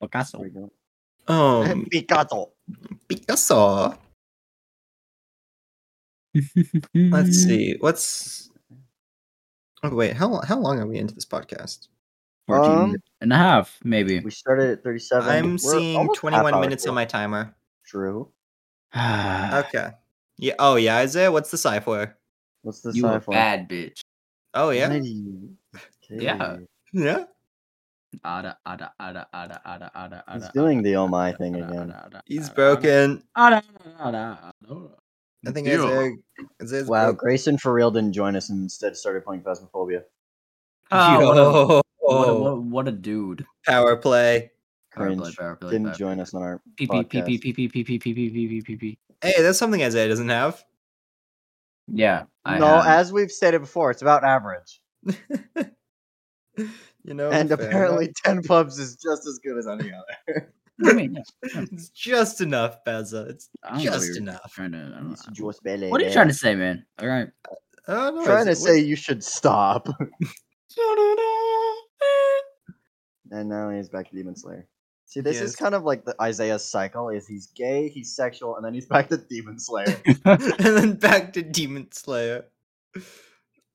[SPEAKER 3] Picasso.
[SPEAKER 2] There we go.
[SPEAKER 1] Um
[SPEAKER 2] Picado.
[SPEAKER 1] Picasso.
[SPEAKER 3] Mm.
[SPEAKER 1] Let's see. What's Oh wait, how how long are we into this podcast?
[SPEAKER 3] 14
[SPEAKER 2] Um,
[SPEAKER 3] and a half, maybe.
[SPEAKER 2] We started at 37.
[SPEAKER 1] I'm
[SPEAKER 2] We're
[SPEAKER 1] seeing
[SPEAKER 2] almost half
[SPEAKER 1] 21
[SPEAKER 2] hour
[SPEAKER 1] minutes on
[SPEAKER 2] in. Ah.
[SPEAKER 1] my timer.
[SPEAKER 2] True.
[SPEAKER 1] Okay. Yeah. Oh yeah, Isaiah. What's the sigh for?
[SPEAKER 2] What's the
[SPEAKER 3] you a
[SPEAKER 2] sci fi?
[SPEAKER 3] bad bitch.
[SPEAKER 1] Oh yeah.
[SPEAKER 3] Yeah.
[SPEAKER 1] Yeah.
[SPEAKER 3] Ada, ada, ada, ada, ada, ada,
[SPEAKER 2] He's
[SPEAKER 3] ada,
[SPEAKER 2] doing
[SPEAKER 3] ada,
[SPEAKER 2] the oh my
[SPEAKER 3] ada,
[SPEAKER 2] thing
[SPEAKER 3] ada,
[SPEAKER 2] again.
[SPEAKER 3] ada, ada,
[SPEAKER 1] He's
[SPEAKER 2] Uh,
[SPEAKER 3] ada,
[SPEAKER 1] broken.
[SPEAKER 3] Ada, ada, ada, ada.
[SPEAKER 1] I think
[SPEAKER 3] Deal.
[SPEAKER 1] Isaiah. Isaiah's
[SPEAKER 2] Wow,
[SPEAKER 1] broken.
[SPEAKER 2] Grayson for real didn't join us and instead started playing Phasmophobia.
[SPEAKER 3] Ah, what a-
[SPEAKER 1] Yo.
[SPEAKER 3] What a, what, what a dude.
[SPEAKER 1] Power play.
[SPEAKER 3] Power play,
[SPEAKER 2] Cringe.
[SPEAKER 3] power play,
[SPEAKER 2] Didn't
[SPEAKER 3] power
[SPEAKER 2] join
[SPEAKER 3] play.
[SPEAKER 2] us on our
[SPEAKER 3] Pee pee pee pee pee pee pee pee pee pee pee pee pee.
[SPEAKER 1] Hey, that's something Isaiah doesn't have.
[SPEAKER 3] Yeah. I
[SPEAKER 2] No,
[SPEAKER 3] have.
[SPEAKER 2] as we've stated before, it's about average.
[SPEAKER 1] You know.
[SPEAKER 2] and
[SPEAKER 1] fair enough.
[SPEAKER 2] apparently 10 pubs is just as good as any other.
[SPEAKER 3] I mean, yeah,
[SPEAKER 1] it's just enough, Beza. It's
[SPEAKER 3] I don't know what
[SPEAKER 1] just
[SPEAKER 3] you're
[SPEAKER 1] enough.
[SPEAKER 3] Trying to, I don't
[SPEAKER 2] It's
[SPEAKER 3] know.
[SPEAKER 2] just belly
[SPEAKER 3] What are you
[SPEAKER 2] there.
[SPEAKER 3] trying to say, man? All right.
[SPEAKER 1] Oh, no,
[SPEAKER 2] I'm trying to
[SPEAKER 1] Isaiah,
[SPEAKER 2] say you should stop. and now he's back to Demon Slayer. See, this
[SPEAKER 1] Yes.
[SPEAKER 2] is kind of like the Isaiah cycle: is he's gay, he's sexual, and then he's back to Demon Slayer.
[SPEAKER 1] what- and then back to Demon Slayer.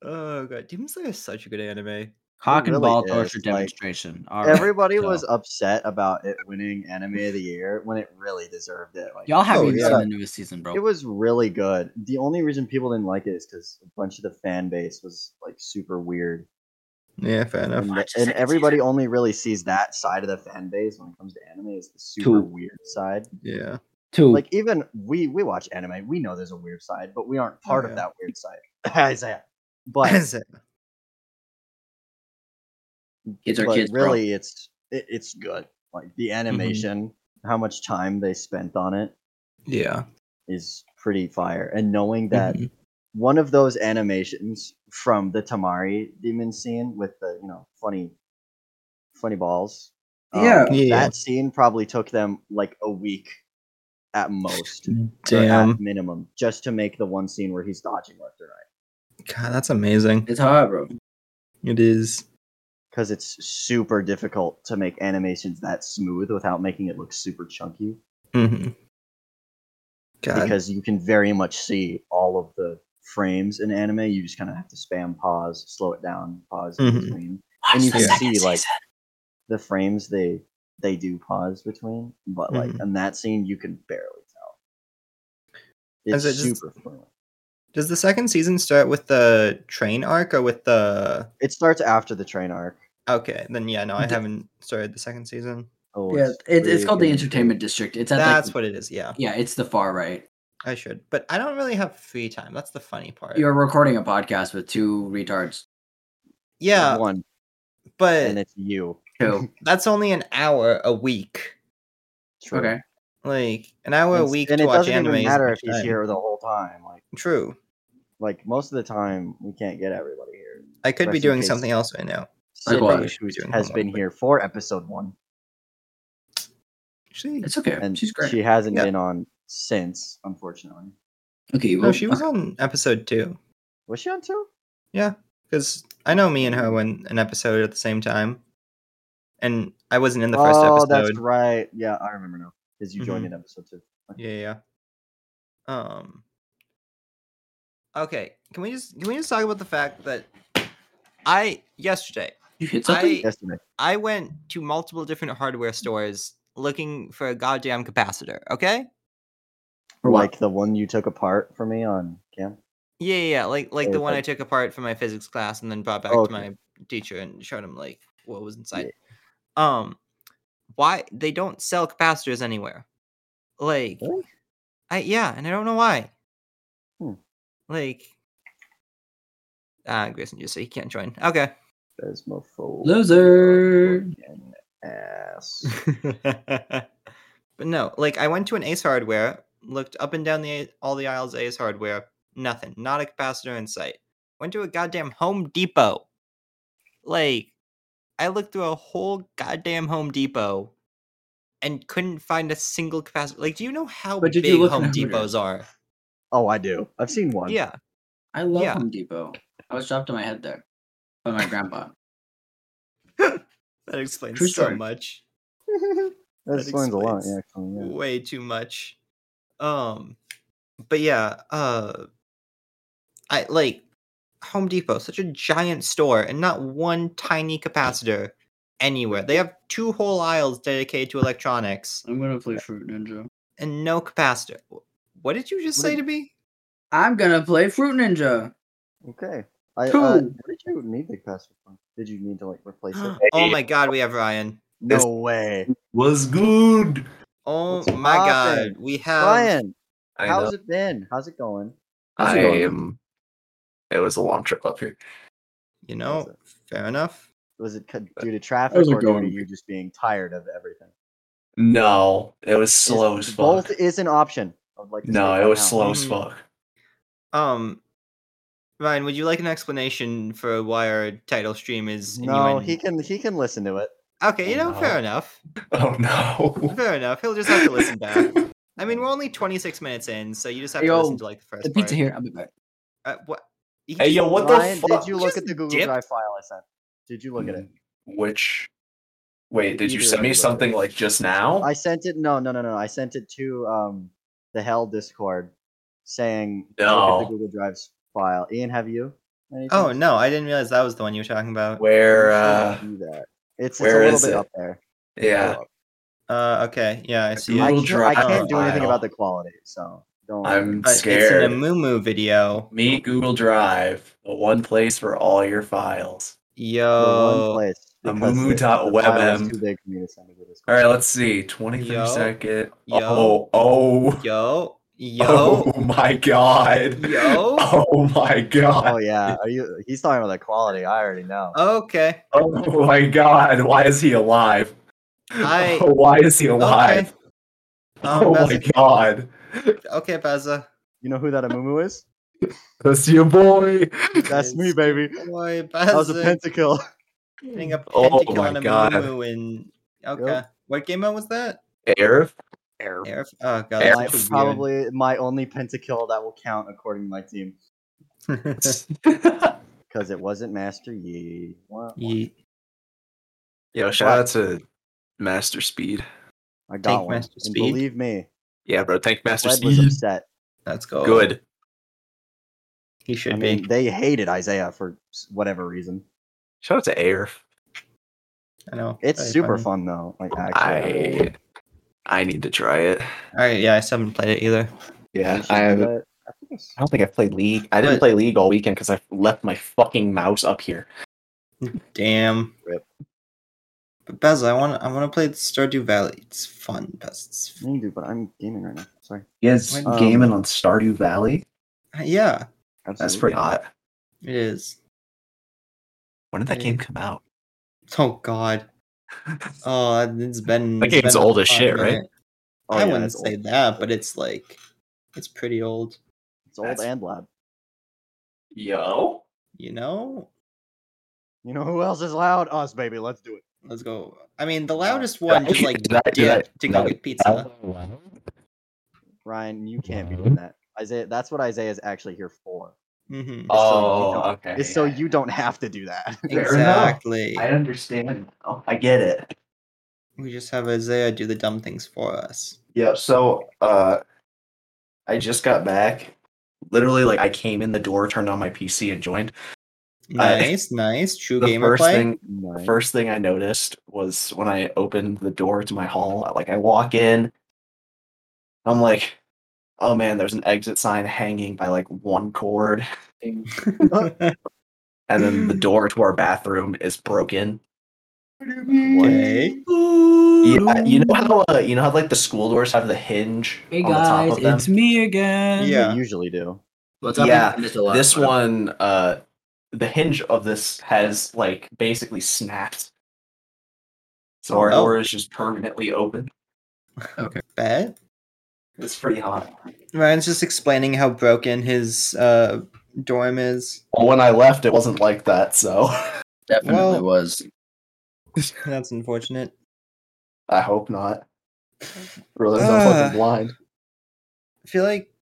[SPEAKER 1] Oh god, Demon Slayer is such a good anime.
[SPEAKER 3] Cock and
[SPEAKER 2] really
[SPEAKER 3] ball
[SPEAKER 2] is,
[SPEAKER 3] torture
[SPEAKER 2] like,
[SPEAKER 3] demonstration. All right.
[SPEAKER 2] Everybody
[SPEAKER 3] so-
[SPEAKER 2] was upset about it winning Anime of the Year when it really deserved it. Like,
[SPEAKER 3] Y'all haven't
[SPEAKER 1] Oh,
[SPEAKER 3] even
[SPEAKER 1] yeah.
[SPEAKER 3] seen the newest season, bro.
[SPEAKER 2] it was really good. The only reason people didn't like it is because a bunch of the fan base was like super weird,
[SPEAKER 1] Yeah, fair enough.
[SPEAKER 2] and,
[SPEAKER 3] watch the
[SPEAKER 2] and
[SPEAKER 3] second
[SPEAKER 2] everybody only really sees that side of the fan base when it comes to anime is the super
[SPEAKER 3] Two.
[SPEAKER 2] weird side.
[SPEAKER 1] Yeah.
[SPEAKER 3] Two.
[SPEAKER 2] Like even we we watch anime, we know there's a weird side, but we aren't part
[SPEAKER 1] yeah.
[SPEAKER 2] of that weird side. Isaiah, but
[SPEAKER 1] Isaiah.
[SPEAKER 3] kids are
[SPEAKER 2] but
[SPEAKER 3] kids, bro. Mm-hmm.
[SPEAKER 2] really it's it, it's good like the animation how much time they spent on it
[SPEAKER 1] Yeah.
[SPEAKER 2] is pretty fire and knowing
[SPEAKER 3] Mm-hmm.
[SPEAKER 2] that
[SPEAKER 1] Mhm.
[SPEAKER 2] one of those animations from the tamari demon scene with the you know funny funny balls Um,
[SPEAKER 3] Yeah.
[SPEAKER 1] Yeah.
[SPEAKER 2] that scene probably took them like a week at most or at
[SPEAKER 1] Damn.
[SPEAKER 2] minimum just to make the one scene where he's dodging left or right
[SPEAKER 1] God, that's amazing.
[SPEAKER 3] It's hard, bro.
[SPEAKER 1] It is.
[SPEAKER 2] because it's super difficult to make animations that smooth without making it look super chunky
[SPEAKER 1] Mm-hmm. God.
[SPEAKER 2] because you can very much see all of the frames in anime. You just kind of have to spam pause, slow it down, pause in
[SPEAKER 1] Mhm.
[SPEAKER 2] between,
[SPEAKER 3] Watch
[SPEAKER 2] and you
[SPEAKER 3] the
[SPEAKER 2] can
[SPEAKER 3] second
[SPEAKER 2] see like
[SPEAKER 3] season.
[SPEAKER 2] the frames they they do pause between, but like
[SPEAKER 3] Mm-hmm.
[SPEAKER 2] in that scene you can barely tell.
[SPEAKER 1] As
[SPEAKER 2] It's
[SPEAKER 1] it just-
[SPEAKER 2] super fluent.
[SPEAKER 1] Does the second season start with the train arc or with the?
[SPEAKER 2] It starts after the train arc.
[SPEAKER 1] Okay, then yeah, no, I
[SPEAKER 3] The-
[SPEAKER 1] haven't started the second season.
[SPEAKER 2] Oh,
[SPEAKER 3] Yeah, it, it's called the
[SPEAKER 2] freaking-
[SPEAKER 3] entertainment district. It's at
[SPEAKER 1] That's
[SPEAKER 3] like,
[SPEAKER 1] what it is. Yeah,
[SPEAKER 3] yeah, it's the far right.
[SPEAKER 1] I should, but I don't really have free time. That's the funny part.
[SPEAKER 3] You're recording a podcast with two retards.
[SPEAKER 1] yeah,
[SPEAKER 2] one, and
[SPEAKER 1] but
[SPEAKER 2] it's you.
[SPEAKER 3] Two.
[SPEAKER 1] that's only an hour a week.
[SPEAKER 2] True.
[SPEAKER 3] okay.
[SPEAKER 1] Like an hour a
[SPEAKER 2] And-
[SPEAKER 1] week
[SPEAKER 2] and
[SPEAKER 1] to
[SPEAKER 2] it
[SPEAKER 1] watch
[SPEAKER 2] doesn't
[SPEAKER 1] anime.
[SPEAKER 2] even
[SPEAKER 1] is
[SPEAKER 2] matter
[SPEAKER 1] my
[SPEAKER 2] if he's
[SPEAKER 1] time.
[SPEAKER 2] here the whole time. Like,
[SPEAKER 1] True.
[SPEAKER 2] like most of the time, we can't get everybody here.
[SPEAKER 1] I could be
[SPEAKER 2] Rest in
[SPEAKER 1] doing
[SPEAKER 2] peace.
[SPEAKER 1] something else right now.
[SPEAKER 3] Likewise.
[SPEAKER 2] Sidney, who
[SPEAKER 1] Doing
[SPEAKER 2] has been
[SPEAKER 1] homework.
[SPEAKER 2] here for episode one,
[SPEAKER 1] Actually,
[SPEAKER 3] It's okay.
[SPEAKER 2] and
[SPEAKER 3] She's great.
[SPEAKER 2] she hasn't
[SPEAKER 1] Yeah.
[SPEAKER 2] been on since, unfortunately.
[SPEAKER 3] okay. Well, uh,
[SPEAKER 1] no, oh, she was on episode two
[SPEAKER 2] Was she on two?
[SPEAKER 1] because I know me and her went an episode at the same time, and I wasn't in the first
[SPEAKER 2] oh,
[SPEAKER 1] episode.
[SPEAKER 2] that's right. Yeah, I remember now because you
[SPEAKER 4] Mm-hmm.
[SPEAKER 2] joined in episode two.
[SPEAKER 1] Yeah, yeah. yeah. Um. Okay, can we just can we just talk about the fact that I yesterday
[SPEAKER 3] you hit something.
[SPEAKER 1] I-
[SPEAKER 2] Yesterday,
[SPEAKER 1] I went to multiple different hardware stores looking for a goddamn capacitor. Okay.
[SPEAKER 3] For what?
[SPEAKER 2] like the one you took apart for me on cam.
[SPEAKER 1] Yeah, yeah, yeah, like like
[SPEAKER 2] Or
[SPEAKER 1] the one I
[SPEAKER 2] like-
[SPEAKER 1] took apart for my physics class and then brought back
[SPEAKER 2] Oh,
[SPEAKER 1] to
[SPEAKER 2] okay.
[SPEAKER 1] my teacher and showed him like what was
[SPEAKER 2] Yeah.
[SPEAKER 1] inside. Um, why they don't sell capacitors anywhere? Like,
[SPEAKER 2] Really?
[SPEAKER 1] I yeah, and I don't know why.
[SPEAKER 2] Hmm.
[SPEAKER 1] Like, ah, Grayson just said he can't join. Okay.
[SPEAKER 2] Phasmophobia.
[SPEAKER 3] Loser.
[SPEAKER 2] Fucking Ass.
[SPEAKER 1] but no, like I went to an Ace Hardware, looked up and down the a- all the aisles of Ace Hardware, nothing, not a capacitor in sight. Went to a goddamn Home Depot. Like I looked through a whole goddamn Home Depot and couldn't find a single capacitor. Like do you know how
[SPEAKER 3] But
[SPEAKER 1] big
[SPEAKER 3] did you look in
[SPEAKER 1] Home
[SPEAKER 3] Hooters?
[SPEAKER 1] Depots are?
[SPEAKER 2] Oh, I do. I've seen one.
[SPEAKER 1] Yeah.
[SPEAKER 3] I love
[SPEAKER 1] Yeah.
[SPEAKER 3] Home Depot. I was dropped on my head there by my grandpa.
[SPEAKER 1] That explains
[SPEAKER 3] True
[SPEAKER 1] so
[SPEAKER 3] story.
[SPEAKER 1] much.
[SPEAKER 2] that explains a lot.
[SPEAKER 1] explains-
[SPEAKER 2] Yeah, actually, yeah.
[SPEAKER 1] way too much um but yeah uh i like home depot such a giant store and not one tiny capacitor anywhere they have two whole aisles dedicated to electronics
[SPEAKER 3] I'm gonna play Fruit Ninja.
[SPEAKER 1] and no capacitor Wh- what did you just
[SPEAKER 2] What
[SPEAKER 1] say
[SPEAKER 2] did-
[SPEAKER 1] to me
[SPEAKER 3] I'm gonna play Fruit Ninja.
[SPEAKER 2] Okay. I, uh,
[SPEAKER 3] Two.
[SPEAKER 2] what did you need the capacitor for? Did you need to like replace it?
[SPEAKER 1] oh my god we have ryan
[SPEAKER 2] No way.
[SPEAKER 4] Was good.
[SPEAKER 1] oh
[SPEAKER 2] What's
[SPEAKER 1] my
[SPEAKER 2] poppin'?
[SPEAKER 1] god we have
[SPEAKER 2] Ryan,
[SPEAKER 4] I know.
[SPEAKER 2] how's it been? How's it going?
[SPEAKER 4] I
[SPEAKER 3] How's it going?
[SPEAKER 4] am. It was a long trip up here.
[SPEAKER 1] you know fair enough
[SPEAKER 2] Was it c- due to traffic
[SPEAKER 3] How's it
[SPEAKER 2] or due
[SPEAKER 3] going?
[SPEAKER 2] to you just being tired of everything?
[SPEAKER 4] No, it was slow
[SPEAKER 2] Is-
[SPEAKER 4] as fuck.
[SPEAKER 2] Both is an option. I would like to
[SPEAKER 4] No,
[SPEAKER 2] state
[SPEAKER 4] it
[SPEAKER 2] that
[SPEAKER 4] was
[SPEAKER 2] now.
[SPEAKER 4] slow as
[SPEAKER 1] Mhm.
[SPEAKER 4] fuck.
[SPEAKER 1] um ryan would you like an explanation for why our title stream is
[SPEAKER 2] No,
[SPEAKER 1] innuendo-
[SPEAKER 2] he can he can listen to it.
[SPEAKER 1] Okay, you know,
[SPEAKER 4] No.
[SPEAKER 1] fair enough.
[SPEAKER 4] Oh no.
[SPEAKER 1] Fair enough. He'll just have to listen back. I mean, we're only 26 minutes in, so you just have to
[SPEAKER 3] Yo,
[SPEAKER 1] listen to like the first
[SPEAKER 3] The pizza
[SPEAKER 1] part.
[SPEAKER 3] here. I'll be back.
[SPEAKER 1] Uh, what? You
[SPEAKER 4] Hey,
[SPEAKER 1] just-
[SPEAKER 4] yo, what the
[SPEAKER 2] Ryan,
[SPEAKER 4] fuck? Hmm.
[SPEAKER 2] did you look
[SPEAKER 1] Just
[SPEAKER 2] at the Google
[SPEAKER 1] dip?
[SPEAKER 2] Drive file I sent? Did you look at it?
[SPEAKER 4] Which? Wait, did you
[SPEAKER 2] Either
[SPEAKER 4] send
[SPEAKER 2] way,
[SPEAKER 4] me
[SPEAKER 2] look at
[SPEAKER 4] something
[SPEAKER 2] it.
[SPEAKER 4] like just now?
[SPEAKER 2] I sent it. No, no, no, no. I sent it to um the Hell Discord, saying look
[SPEAKER 4] No.
[SPEAKER 2] at the Google Drive's file. Ian, have you? Any
[SPEAKER 1] Oh
[SPEAKER 2] chance?
[SPEAKER 1] no, I didn't realize that was the one you were talking about.
[SPEAKER 4] Where?
[SPEAKER 2] You
[SPEAKER 4] uh
[SPEAKER 2] should do that. It's, it's a
[SPEAKER 4] where
[SPEAKER 2] little
[SPEAKER 4] is
[SPEAKER 2] bit
[SPEAKER 4] it?
[SPEAKER 2] up there.
[SPEAKER 4] Yeah.
[SPEAKER 1] Uh, okay, yeah, I see.
[SPEAKER 4] Google
[SPEAKER 2] I
[SPEAKER 1] it.
[SPEAKER 2] can't, I can't
[SPEAKER 1] Drive
[SPEAKER 2] do anything
[SPEAKER 4] file.
[SPEAKER 2] about the quality, so don't.
[SPEAKER 4] I'm
[SPEAKER 1] But it's
[SPEAKER 4] scared.
[SPEAKER 1] an Amumu video.
[SPEAKER 4] Meet Google Drive, the one place for all your files.
[SPEAKER 2] the one
[SPEAKER 1] Yo,
[SPEAKER 2] place.
[SPEAKER 4] the
[SPEAKER 2] because
[SPEAKER 4] Moomoo
[SPEAKER 2] the-
[SPEAKER 4] dot
[SPEAKER 2] the file is
[SPEAKER 4] webm.
[SPEAKER 2] Too big for me to send to the Discord.
[SPEAKER 4] All right, let's see. 23
[SPEAKER 1] Yo.
[SPEAKER 4] second.
[SPEAKER 1] Yo.
[SPEAKER 4] Oh, oh,
[SPEAKER 1] yo, yo,
[SPEAKER 4] oh my god.
[SPEAKER 1] yo.
[SPEAKER 4] Oh my
[SPEAKER 2] Oh
[SPEAKER 4] god.
[SPEAKER 2] yeah, are you? He's talking about the quality. I already know.
[SPEAKER 1] Uh, Okay,
[SPEAKER 4] Oh my god. Why is he alive?
[SPEAKER 1] I-
[SPEAKER 4] Oh, Why is he alive?
[SPEAKER 1] okay. Um,
[SPEAKER 4] oh my
[SPEAKER 1] Baza-
[SPEAKER 4] god.
[SPEAKER 1] okay, Baza.
[SPEAKER 2] You know who that Amumu is?
[SPEAKER 4] That's your boy.
[SPEAKER 2] That's me, baby.
[SPEAKER 1] Boy,
[SPEAKER 2] That was a
[SPEAKER 1] Baza
[SPEAKER 2] pentakill.
[SPEAKER 1] getting a
[SPEAKER 4] Oh my
[SPEAKER 1] pentakill on
[SPEAKER 4] God.
[SPEAKER 1] Amumu in. Okay, what game mode was that?
[SPEAKER 4] Aerith? Aerith.
[SPEAKER 1] Air. Oh god,
[SPEAKER 4] Air-
[SPEAKER 1] that's
[SPEAKER 2] My,
[SPEAKER 1] such a weird-
[SPEAKER 2] probably my only pentakill that will count according to my team because it wasn't Master Yi. Wah, wah.
[SPEAKER 1] Ye-
[SPEAKER 4] Yo, shout out to Master Speed.
[SPEAKER 2] I
[SPEAKER 1] Tank
[SPEAKER 2] got one.
[SPEAKER 1] Master
[SPEAKER 2] and
[SPEAKER 1] Speed.
[SPEAKER 2] believe me,
[SPEAKER 4] Yeah, bro. Thank Master
[SPEAKER 2] Red was
[SPEAKER 4] Speed.
[SPEAKER 2] upset.
[SPEAKER 1] Let's go.
[SPEAKER 4] Good.
[SPEAKER 1] He
[SPEAKER 2] I
[SPEAKER 1] should
[SPEAKER 2] mean,
[SPEAKER 1] be.
[SPEAKER 2] they hated Isaiah for s- whatever reason.
[SPEAKER 4] Shout out to Aerith.
[SPEAKER 1] I know.
[SPEAKER 2] It's
[SPEAKER 1] that'd be
[SPEAKER 2] super
[SPEAKER 1] funny.
[SPEAKER 2] fun though. Like actually,
[SPEAKER 4] I I need to try it.
[SPEAKER 1] All right, yeah, I still haven't played it either.
[SPEAKER 4] Yeah,
[SPEAKER 2] You should
[SPEAKER 4] I
[SPEAKER 2] do
[SPEAKER 4] have.
[SPEAKER 2] that. I think it's-
[SPEAKER 4] I don't think I've played League. I didn't
[SPEAKER 1] But-
[SPEAKER 4] play League all weekend because I left my fucking mouse up here.
[SPEAKER 1] Damn.
[SPEAKER 2] Rip.
[SPEAKER 1] But Bez, I want I want to play Stardew Valley. It's fun, Bez. It's
[SPEAKER 2] I didn't do, but I'm gaming right now. Sorry.
[SPEAKER 4] Yes,
[SPEAKER 1] When-
[SPEAKER 2] Um,
[SPEAKER 4] gaming on Stardew Valley.
[SPEAKER 1] f- Uh, yeah,
[SPEAKER 4] That's
[SPEAKER 2] Absolutely.
[SPEAKER 4] pretty hot.
[SPEAKER 1] it is.
[SPEAKER 4] When did that
[SPEAKER 1] Yeah.
[SPEAKER 4] game come out?
[SPEAKER 1] Oh God. Oh, it's been.
[SPEAKER 4] That
[SPEAKER 1] it's
[SPEAKER 4] game's
[SPEAKER 1] been
[SPEAKER 4] old
[SPEAKER 1] a
[SPEAKER 4] as
[SPEAKER 1] hot
[SPEAKER 4] shit, right?
[SPEAKER 1] minute.
[SPEAKER 2] Oh,
[SPEAKER 1] I
[SPEAKER 2] yeah,
[SPEAKER 1] wouldn't
[SPEAKER 2] it's
[SPEAKER 1] say
[SPEAKER 2] old.
[SPEAKER 1] that, but it's like, it's pretty old.
[SPEAKER 2] It's old
[SPEAKER 4] That's-
[SPEAKER 2] and loud.
[SPEAKER 4] Yo.
[SPEAKER 1] You know.
[SPEAKER 2] You know who else is loud? Us, baby. Let's do it.
[SPEAKER 1] Let's go. I mean, the loudest one just like
[SPEAKER 4] Did I- did I-
[SPEAKER 1] dipped to go
[SPEAKER 4] did I-
[SPEAKER 1] get pizza.
[SPEAKER 2] Ryan, you can't be doing that. Isaiah, that's what Isaiah is actually here for.
[SPEAKER 1] hmm
[SPEAKER 4] Oh,
[SPEAKER 2] don't-
[SPEAKER 4] okay.
[SPEAKER 2] Is so you don't have to do that.
[SPEAKER 4] enough.
[SPEAKER 1] Exactly.
[SPEAKER 4] I understand. now. I get it.
[SPEAKER 1] We just have Isaiah do the dumb things for us.
[SPEAKER 4] Yeah. So, uh, I just got back. Literally, like I came in the door, turned on my PC, and joined. I-
[SPEAKER 1] Nice, nice. True
[SPEAKER 4] The
[SPEAKER 1] gamer
[SPEAKER 4] first
[SPEAKER 1] play.
[SPEAKER 4] thing
[SPEAKER 2] Nice.
[SPEAKER 4] first thing I noticed was when I opened the door to my hall, like I walk in, I'm like, oh man, there's an exit sign hanging by like one cord. And then the door to our bathroom is broken.
[SPEAKER 1] okay.
[SPEAKER 4] Yeah, you know how uh, you know how like the school doors have the hinge
[SPEAKER 3] Hey
[SPEAKER 4] on the
[SPEAKER 3] guys,
[SPEAKER 4] top of them.
[SPEAKER 3] it's me again.
[SPEAKER 1] Yeah.
[SPEAKER 2] They usually do.
[SPEAKER 3] What's
[SPEAKER 4] Yeah,
[SPEAKER 3] Mr. Love?
[SPEAKER 4] this one uh the hinge of this has like basically snapped so our
[SPEAKER 1] Oh.
[SPEAKER 4] door is just permanently open
[SPEAKER 1] Bet.
[SPEAKER 4] it's pretty hot
[SPEAKER 1] Ryan's just explaining how broken his uh, dorm is.
[SPEAKER 4] well when i left it wasn't like that so
[SPEAKER 3] definitely
[SPEAKER 1] well-
[SPEAKER 3] was.
[SPEAKER 1] That's unfortunate.
[SPEAKER 4] i hope not realize i'm
[SPEAKER 1] Ah.
[SPEAKER 4] fucking blind
[SPEAKER 1] I feel like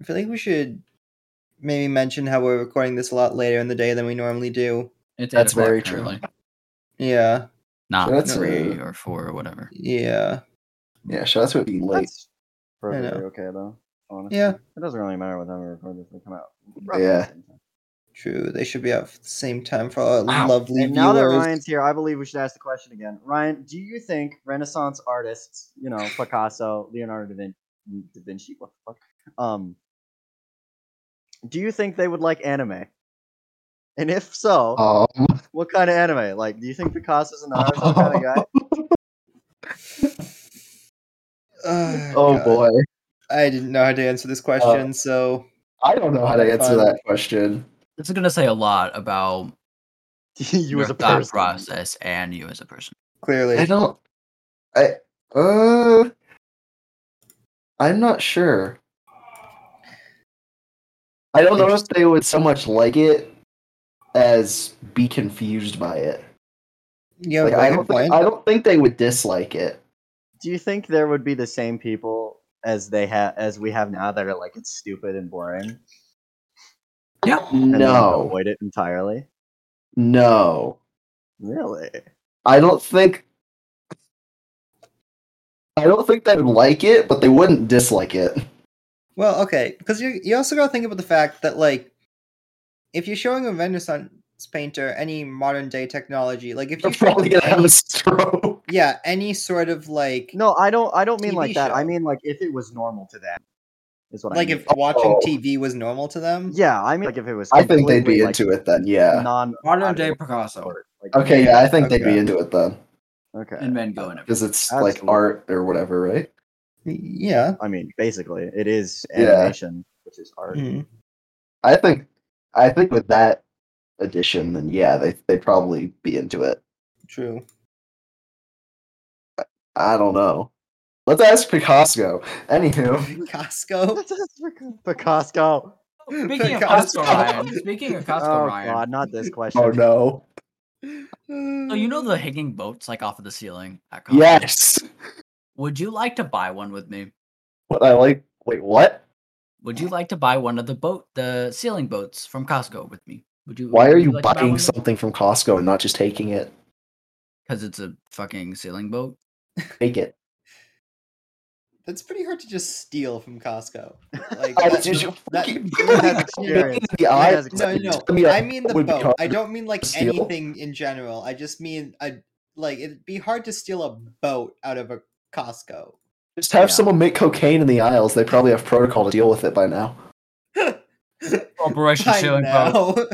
[SPEAKER 1] I feel like we should maybe mention how we're recording this a lot later in the day than we normally do.
[SPEAKER 3] It's eight
[SPEAKER 4] That's
[SPEAKER 3] o'clock
[SPEAKER 4] very true.
[SPEAKER 3] currently.
[SPEAKER 1] Yeah.
[SPEAKER 3] Not
[SPEAKER 4] That's,
[SPEAKER 3] three
[SPEAKER 4] uh,
[SPEAKER 3] or four or whatever.
[SPEAKER 1] Yeah.
[SPEAKER 4] yeah sure that's what be late
[SPEAKER 2] That's probably
[SPEAKER 1] I know.
[SPEAKER 2] okay though. Honestly.
[SPEAKER 1] Yeah.
[SPEAKER 2] It doesn't really matter what time we record this. They come out.
[SPEAKER 4] Yeah.
[SPEAKER 1] True. They should be out at the same time for our
[SPEAKER 4] Wow.
[SPEAKER 1] lovely
[SPEAKER 2] And now that
[SPEAKER 1] viewers.
[SPEAKER 2] Ryan's here, I believe we should ask the question again. Ryan, do you think Renaissance artists, you know, Picasso, Leonardo da, Vin- da Vinci, what the fuck? Um, do you think they would like anime? And if so,
[SPEAKER 3] oh
[SPEAKER 4] um
[SPEAKER 2] what kind of anime? Like, do you think Picasso's an artist kind of guy?
[SPEAKER 1] Ah,
[SPEAKER 4] oh
[SPEAKER 1] God.
[SPEAKER 4] boy Uh,
[SPEAKER 1] I didn't know how to answer this question, so
[SPEAKER 4] i don't know how to answer
[SPEAKER 1] Fun.
[SPEAKER 4] that question
[SPEAKER 3] This is gonna say a lot about
[SPEAKER 2] you
[SPEAKER 3] your
[SPEAKER 2] as a
[SPEAKER 3] thought
[SPEAKER 2] person.
[SPEAKER 3] process and you as a person.
[SPEAKER 4] i
[SPEAKER 1] clearly
[SPEAKER 4] don't i uh i'm not sure i don't know if they would so much like it as be confused by it
[SPEAKER 1] yeah,
[SPEAKER 4] like,
[SPEAKER 1] well,
[SPEAKER 4] I,
[SPEAKER 1] good
[SPEAKER 4] don't
[SPEAKER 1] point.
[SPEAKER 4] think, I don't think they would dislike it
[SPEAKER 2] Do you think there would be the same people as they have as we have now that are like it's stupid and boring? and then
[SPEAKER 4] no
[SPEAKER 2] avoid it entirely.
[SPEAKER 4] no
[SPEAKER 2] Really?
[SPEAKER 4] i don't think i don't think they would like it but they wouldn't dislike it
[SPEAKER 1] Well, okay, because you you also got to think about the fact that like, if you're showing a Renaissance painter any modern day technology, like if
[SPEAKER 4] they're
[SPEAKER 1] you show
[SPEAKER 4] probably
[SPEAKER 1] them
[SPEAKER 4] gonna have
[SPEAKER 1] any-
[SPEAKER 4] a stroke
[SPEAKER 1] yeah any sort of like
[SPEAKER 2] No, I don't. I don't mean
[SPEAKER 1] TV
[SPEAKER 2] like that. I
[SPEAKER 1] show.
[SPEAKER 2] mean like if it was normal to them, is what I
[SPEAKER 1] like
[SPEAKER 2] mean.
[SPEAKER 1] if watching
[SPEAKER 4] Oh.
[SPEAKER 1] TV was normal to them,
[SPEAKER 2] yeah, I mean like if it was.
[SPEAKER 4] i think they'd be
[SPEAKER 2] completely, like,
[SPEAKER 4] into it then yeah
[SPEAKER 2] Non
[SPEAKER 3] Modern day Picasso
[SPEAKER 2] Like,
[SPEAKER 4] Okay, yeah, I think they'd
[SPEAKER 1] Okay.
[SPEAKER 4] be into it then,
[SPEAKER 2] Okay.
[SPEAKER 3] and Van Gogh and everything.
[SPEAKER 4] because it's
[SPEAKER 2] Absolutely.
[SPEAKER 4] like art or whatever, right?
[SPEAKER 1] yeah.
[SPEAKER 2] I mean, basically, it is
[SPEAKER 4] Yeah.
[SPEAKER 2] animation, which is art.
[SPEAKER 1] Mhm.
[SPEAKER 4] I think, I think with that addition, then yeah, they they would probably be into it.
[SPEAKER 1] True.
[SPEAKER 4] I don't know. Let's ask Picasso. Anywho,
[SPEAKER 1] Costco.
[SPEAKER 2] Picasso.
[SPEAKER 3] Speaking of
[SPEAKER 1] Picasso.
[SPEAKER 3] Costco, Ryan. Speaking of Costco,
[SPEAKER 2] oh
[SPEAKER 3] Ryan.
[SPEAKER 2] God, not this question.
[SPEAKER 4] oh no,
[SPEAKER 3] So you know the hanging boats like off of the ceiling at Costco?
[SPEAKER 4] yes.
[SPEAKER 3] Would you like to buy one with me?
[SPEAKER 4] What I like. Wait, what?
[SPEAKER 3] Would you like to buy one of the boat the ceiling boats from Costco with me? Would you
[SPEAKER 4] Why are you
[SPEAKER 3] like to buy
[SPEAKER 4] buying
[SPEAKER 3] one of them?
[SPEAKER 4] something from Costco and not just taking it?
[SPEAKER 3] Because it's a fucking sailing boat.
[SPEAKER 4] Take it.
[SPEAKER 1] That's pretty hard to just steal from Costco. Like
[SPEAKER 4] I
[SPEAKER 1] that's
[SPEAKER 4] did
[SPEAKER 1] the-
[SPEAKER 4] you
[SPEAKER 1] that-
[SPEAKER 4] fucking-
[SPEAKER 1] that-
[SPEAKER 2] experience.
[SPEAKER 4] In the
[SPEAKER 2] That
[SPEAKER 4] eye?
[SPEAKER 2] has
[SPEAKER 1] No,
[SPEAKER 2] experience.
[SPEAKER 1] no.
[SPEAKER 4] Tell me a-
[SPEAKER 1] I mean the
[SPEAKER 4] would be
[SPEAKER 1] boat.
[SPEAKER 4] hard
[SPEAKER 1] I don't mean like
[SPEAKER 4] to steal?
[SPEAKER 1] anything in general. I just mean a like it'd be hard to steal a boat out of a Costco.
[SPEAKER 4] Just have
[SPEAKER 2] Yeah.
[SPEAKER 4] someone make cocaine in the aisles. They probably have protocol to deal with it by now.
[SPEAKER 3] Operation
[SPEAKER 1] I know.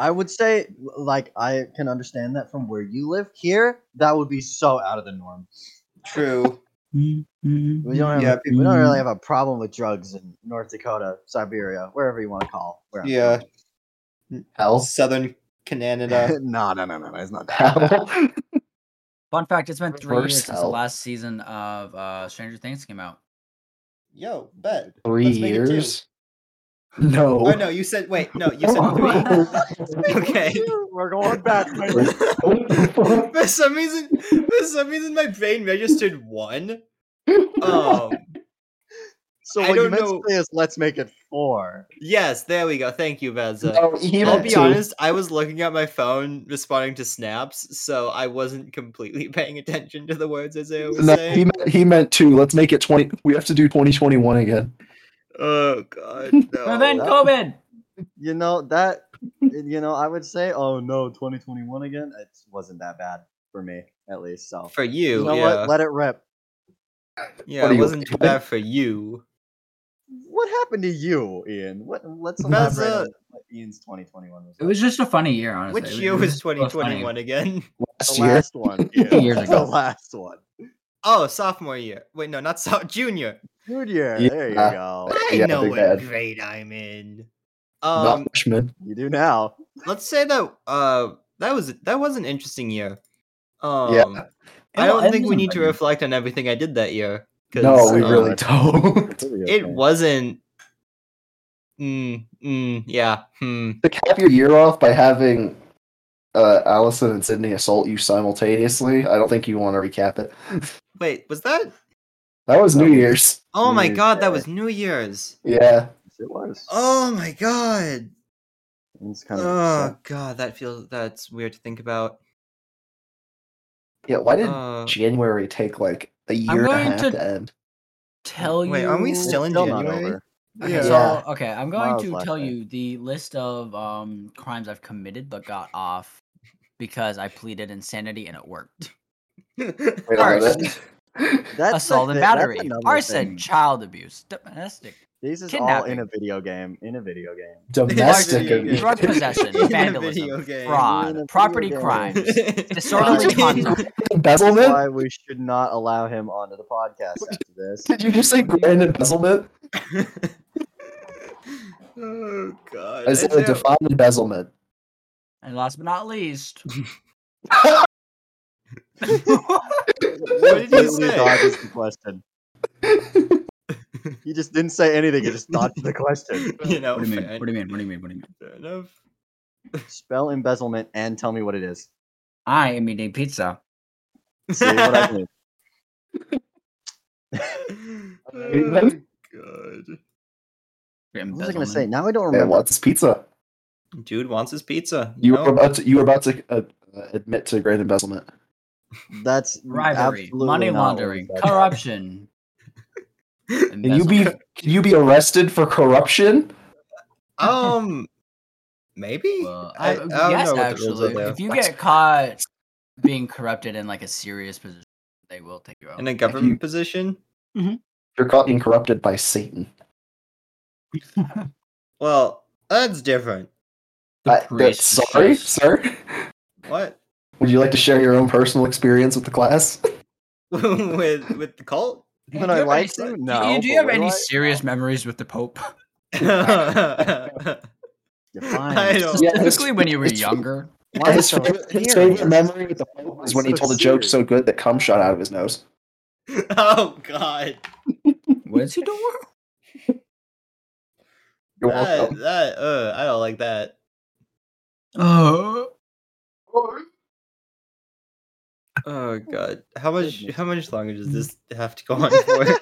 [SPEAKER 2] I would say, like, I can understand that from where you live. Here, that would be so out of the norm.
[SPEAKER 1] True.
[SPEAKER 3] We
[SPEAKER 2] We
[SPEAKER 3] Mm-hmm.
[SPEAKER 2] don't, have
[SPEAKER 1] Yeah,
[SPEAKER 2] a, we don't really
[SPEAKER 1] Mm-hmm.
[SPEAKER 2] have a problem with drugs in North Dakota, Siberia, wherever you want to call. Where I'm
[SPEAKER 1] Yeah. uh,
[SPEAKER 4] Hell,
[SPEAKER 1] Southern
[SPEAKER 2] from.
[SPEAKER 1] Canada.
[SPEAKER 2] no, no, no, no, no, it's not that. bad.
[SPEAKER 4] hell.
[SPEAKER 3] Fun fact: It's been three
[SPEAKER 4] Reverse
[SPEAKER 3] years since the
[SPEAKER 4] out.
[SPEAKER 3] last season of uh, Stranger Things came out.
[SPEAKER 1] Yo, bet.
[SPEAKER 4] Three
[SPEAKER 1] Let's make it two.
[SPEAKER 4] years? No.
[SPEAKER 1] Oh no, you said wait. No, you said three.
[SPEAKER 4] Oh.
[SPEAKER 1] Okay.
[SPEAKER 2] We're going back.
[SPEAKER 1] For some reason, for some reason, my brain registered one. Um.
[SPEAKER 2] so
[SPEAKER 1] I
[SPEAKER 2] what you
[SPEAKER 1] don't
[SPEAKER 2] meant
[SPEAKER 1] know-
[SPEAKER 2] to say is let's make it four.
[SPEAKER 1] Yes, there we go. Thank you, Vezza.
[SPEAKER 4] No, he
[SPEAKER 1] I'll
[SPEAKER 4] meant
[SPEAKER 1] be
[SPEAKER 4] two.
[SPEAKER 1] honest, I was looking at my phone responding to snaps, so I wasn't completely paying attention to the words as I was
[SPEAKER 4] No, he
[SPEAKER 1] saying.
[SPEAKER 4] meant, he meant two. Let's make it twenty. We have to do twenty twenty one again.
[SPEAKER 1] Oh god.
[SPEAKER 3] But then
[SPEAKER 1] No.
[SPEAKER 2] that-
[SPEAKER 3] COVID.
[SPEAKER 2] You know that. You know, I would say, oh no, 2021 again. It wasn't that bad for me, at least. So
[SPEAKER 1] For you,
[SPEAKER 2] you know
[SPEAKER 1] yeah.
[SPEAKER 2] what? Let it rip.
[SPEAKER 1] yeah,
[SPEAKER 4] What are
[SPEAKER 1] it
[SPEAKER 4] you,
[SPEAKER 1] wasn't too
[SPEAKER 4] okay?
[SPEAKER 1] bad for you.
[SPEAKER 2] What happened to you, Ian? What? Let's
[SPEAKER 1] That's
[SPEAKER 3] uh,
[SPEAKER 2] elaborate
[SPEAKER 1] a-
[SPEAKER 2] on what Ian's 2021 was.
[SPEAKER 3] It was just a funny year, honestly.
[SPEAKER 1] Which
[SPEAKER 3] It
[SPEAKER 1] year
[SPEAKER 3] it
[SPEAKER 1] was
[SPEAKER 3] a funny-
[SPEAKER 1] 2021 again?
[SPEAKER 2] the
[SPEAKER 4] Last year,
[SPEAKER 2] last one.
[SPEAKER 3] Two years
[SPEAKER 2] The
[SPEAKER 3] ago.
[SPEAKER 2] last one.
[SPEAKER 1] Oh, sophomore year. Wait, no, not so junior.
[SPEAKER 2] Junior. There you
[SPEAKER 4] Yeah.
[SPEAKER 2] go.
[SPEAKER 1] I
[SPEAKER 4] Oh, Yeah,
[SPEAKER 1] know
[SPEAKER 4] big
[SPEAKER 1] what
[SPEAKER 4] bad.
[SPEAKER 1] grade I'm in.
[SPEAKER 4] not
[SPEAKER 1] Um,
[SPEAKER 4] freshman.
[SPEAKER 2] You do now.
[SPEAKER 1] let's say that uh, that was that was an interesting year. Um,
[SPEAKER 4] Yeah.
[SPEAKER 1] I
[SPEAKER 3] Well,
[SPEAKER 1] don't
[SPEAKER 3] it
[SPEAKER 1] think we
[SPEAKER 3] wasn't
[SPEAKER 1] need to
[SPEAKER 3] bad.
[SPEAKER 1] reflect on everything I did that year. 'cause,
[SPEAKER 4] No, we
[SPEAKER 1] uh,
[SPEAKER 4] really don't.
[SPEAKER 1] It wasn't. Mm, mm, yeah. Hmm.
[SPEAKER 4] to cap your year off by having uh, Allison and Sydney assault you simultaneously, I don't think you want to recap it.
[SPEAKER 1] Wait, was that?
[SPEAKER 4] That was New
[SPEAKER 2] Um,
[SPEAKER 4] Year's.
[SPEAKER 1] Oh my
[SPEAKER 2] New
[SPEAKER 1] god, that
[SPEAKER 2] Year.
[SPEAKER 1] was New Year's.
[SPEAKER 4] Yeah.
[SPEAKER 2] It was.
[SPEAKER 3] Uh,
[SPEAKER 1] Oh my god.
[SPEAKER 2] It's kind of
[SPEAKER 3] uh,
[SPEAKER 1] Oh god, that feels that's weird to think about.
[SPEAKER 4] Yeah. Why did
[SPEAKER 1] Uh,
[SPEAKER 4] January take like a
[SPEAKER 3] I'm
[SPEAKER 4] year and a
[SPEAKER 3] going
[SPEAKER 4] half
[SPEAKER 3] to-
[SPEAKER 4] to, end?
[SPEAKER 3] Tell you.
[SPEAKER 1] wait, aren't we still in
[SPEAKER 2] still not
[SPEAKER 1] January?
[SPEAKER 2] over.
[SPEAKER 3] Okay,
[SPEAKER 4] Yeah.
[SPEAKER 3] so okay, I'm going
[SPEAKER 2] Tomorrow's
[SPEAKER 3] to
[SPEAKER 2] last
[SPEAKER 3] tell
[SPEAKER 2] day.
[SPEAKER 3] you the list of um crimes I've committed but got off because I pleaded insanity and it worked.
[SPEAKER 4] Wait a
[SPEAKER 3] Arson.
[SPEAKER 4] minute.
[SPEAKER 2] That's
[SPEAKER 3] Assault and
[SPEAKER 2] thi- that's
[SPEAKER 3] battery,
[SPEAKER 2] another
[SPEAKER 3] arson,
[SPEAKER 2] thing.
[SPEAKER 3] child abuse, domestic,
[SPEAKER 2] These is all in
[SPEAKER 3] kidnapping.
[SPEAKER 2] a video game. In a video game.
[SPEAKER 4] Domestic
[SPEAKER 1] Video game.
[SPEAKER 4] abuse.
[SPEAKER 3] drug possession,
[SPEAKER 1] In a video
[SPEAKER 3] vandalism,
[SPEAKER 1] game.
[SPEAKER 2] In a
[SPEAKER 3] fraud, property
[SPEAKER 2] video game.
[SPEAKER 3] crimes, disorderly
[SPEAKER 4] Fucking
[SPEAKER 3] conduct.
[SPEAKER 2] That's
[SPEAKER 4] embezzlement.
[SPEAKER 2] why we should not allow him onto the podcast after this.
[SPEAKER 4] Did you just say grand embezzlement?
[SPEAKER 1] oh god.
[SPEAKER 4] Is
[SPEAKER 1] I
[SPEAKER 4] it a
[SPEAKER 1] know.
[SPEAKER 4] defined embezzlement?
[SPEAKER 3] And last but not least,
[SPEAKER 1] what did you
[SPEAKER 2] Completely
[SPEAKER 1] say?
[SPEAKER 2] dodges the question. He just didn't say anything. He just dodged the question.
[SPEAKER 1] you know,
[SPEAKER 3] what do you mean?
[SPEAKER 1] fair-
[SPEAKER 3] What do you mean? What do you mean? What do you mean?
[SPEAKER 1] fair enough.
[SPEAKER 2] Spell embezzlement and tell me what it is.
[SPEAKER 3] I am eating pizza.
[SPEAKER 2] See what I mean.
[SPEAKER 1] oh, God.
[SPEAKER 2] What was I gonna say?
[SPEAKER 3] Embezzlement.
[SPEAKER 2] Now I don't
[SPEAKER 4] Man,
[SPEAKER 2] remember.
[SPEAKER 4] what's pizza?
[SPEAKER 1] Dude wants his pizza.
[SPEAKER 4] You
[SPEAKER 1] know?
[SPEAKER 4] were about to, you were about to uh, admit to grand embezzlement.
[SPEAKER 2] That's
[SPEAKER 3] Bribery,
[SPEAKER 2] absolutely
[SPEAKER 3] money
[SPEAKER 2] not what
[SPEAKER 3] laundering,
[SPEAKER 2] we said.
[SPEAKER 3] corruption.
[SPEAKER 4] Can you be can you be arrested for corruption?
[SPEAKER 1] um, maybe.
[SPEAKER 3] Well,
[SPEAKER 1] I- I
[SPEAKER 3] I, uh,
[SPEAKER 1] don't know
[SPEAKER 3] yes,
[SPEAKER 1] what the rules are
[SPEAKER 3] actually,
[SPEAKER 1] there.
[SPEAKER 3] if you get caught being corrupted in like a serious position, they will take you out.
[SPEAKER 1] In a government
[SPEAKER 4] you-
[SPEAKER 1] position?
[SPEAKER 4] You're caught being corrupted by Satan.
[SPEAKER 1] Well, that's different.
[SPEAKER 4] I- that- sorry, sir.
[SPEAKER 1] What?
[SPEAKER 4] Would you like to share your own personal experience with the class?
[SPEAKER 1] with with the cult?
[SPEAKER 2] Would I like to?
[SPEAKER 3] do
[SPEAKER 2] No,
[SPEAKER 3] you,
[SPEAKER 2] but
[SPEAKER 3] have
[SPEAKER 2] would
[SPEAKER 3] any
[SPEAKER 2] I?
[SPEAKER 3] serious memories with the Pope?
[SPEAKER 1] I
[SPEAKER 2] You're fine.
[SPEAKER 1] I don't-
[SPEAKER 4] Yeah, that's-
[SPEAKER 3] Specifically when you were
[SPEAKER 4] that's-
[SPEAKER 3] younger.
[SPEAKER 2] Why
[SPEAKER 4] his
[SPEAKER 2] so
[SPEAKER 4] favorite, his
[SPEAKER 2] serious?
[SPEAKER 4] favorite memory with the Pope was when he
[SPEAKER 2] So
[SPEAKER 4] told a joke
[SPEAKER 2] serious.
[SPEAKER 4] so good that cum shot out of his nose.
[SPEAKER 1] oh god.
[SPEAKER 3] What is he doing?
[SPEAKER 4] You're
[SPEAKER 1] That,
[SPEAKER 4] welcome.
[SPEAKER 1] that uh I don't like that.
[SPEAKER 2] Uh-huh.
[SPEAKER 3] Oh,
[SPEAKER 1] Oh god. How much
[SPEAKER 2] Goodness.
[SPEAKER 1] how much longer does this have to go on for?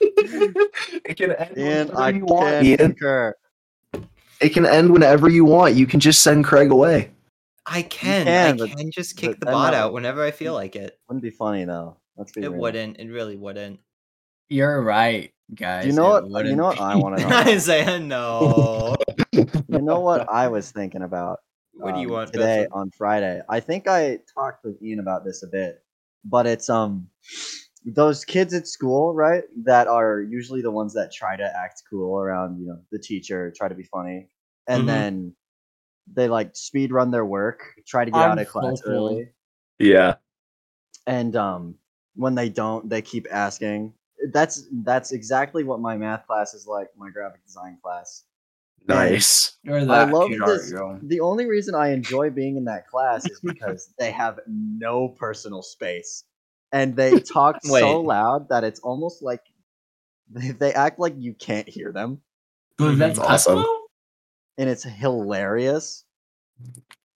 [SPEAKER 4] it can end
[SPEAKER 2] And
[SPEAKER 4] whenever
[SPEAKER 2] I
[SPEAKER 4] you want.
[SPEAKER 2] can't
[SPEAKER 4] Ian.
[SPEAKER 2] concur.
[SPEAKER 4] It can end whenever you want. You can just send Craig away.
[SPEAKER 1] I can.
[SPEAKER 2] can,
[SPEAKER 1] I
[SPEAKER 2] but-
[SPEAKER 1] can just kick
[SPEAKER 2] but
[SPEAKER 1] the
[SPEAKER 2] then
[SPEAKER 1] bot
[SPEAKER 2] I'll-
[SPEAKER 1] out whenever I feel like it.
[SPEAKER 2] Wouldn't be funny though. Let's be
[SPEAKER 1] It
[SPEAKER 2] real.
[SPEAKER 1] wouldn't. It really wouldn't.
[SPEAKER 3] you're right, guys.
[SPEAKER 2] You know
[SPEAKER 3] it
[SPEAKER 2] what? You
[SPEAKER 3] wouldn't
[SPEAKER 2] know what I
[SPEAKER 3] be.
[SPEAKER 2] want to know.
[SPEAKER 1] Isaiah, "Uh, no.
[SPEAKER 2] you know what I was thinking about.
[SPEAKER 1] What do you
[SPEAKER 2] um,
[SPEAKER 1] want
[SPEAKER 2] today
[SPEAKER 1] Benson?
[SPEAKER 2] on Friday? I think I talked with Ian about this a bit, but it's um those kids at school, right? That are usually the ones that try to act cool around you know the teacher, try to be funny, and
[SPEAKER 1] Mhm.
[SPEAKER 2] then they like speed run their work, try to get
[SPEAKER 3] I'm
[SPEAKER 2] out of class
[SPEAKER 3] so cool.
[SPEAKER 2] early,
[SPEAKER 4] Yeah.
[SPEAKER 2] and um when they don't, they keep asking. That's that's exactly what my math class is like, my graphic design class.
[SPEAKER 4] Nice.
[SPEAKER 3] You're the
[SPEAKER 2] I love
[SPEAKER 3] cute
[SPEAKER 2] this.
[SPEAKER 3] art, yo.
[SPEAKER 2] The only reason I enjoy being in that class is because they have no personal space, and they talk so
[SPEAKER 1] Wait.
[SPEAKER 2] loud that it's almost like they, they act like you can't hear them,
[SPEAKER 3] Dude,
[SPEAKER 1] Mhm.
[SPEAKER 3] that's
[SPEAKER 4] Awesome.
[SPEAKER 3] possible?
[SPEAKER 2] and it's hilarious.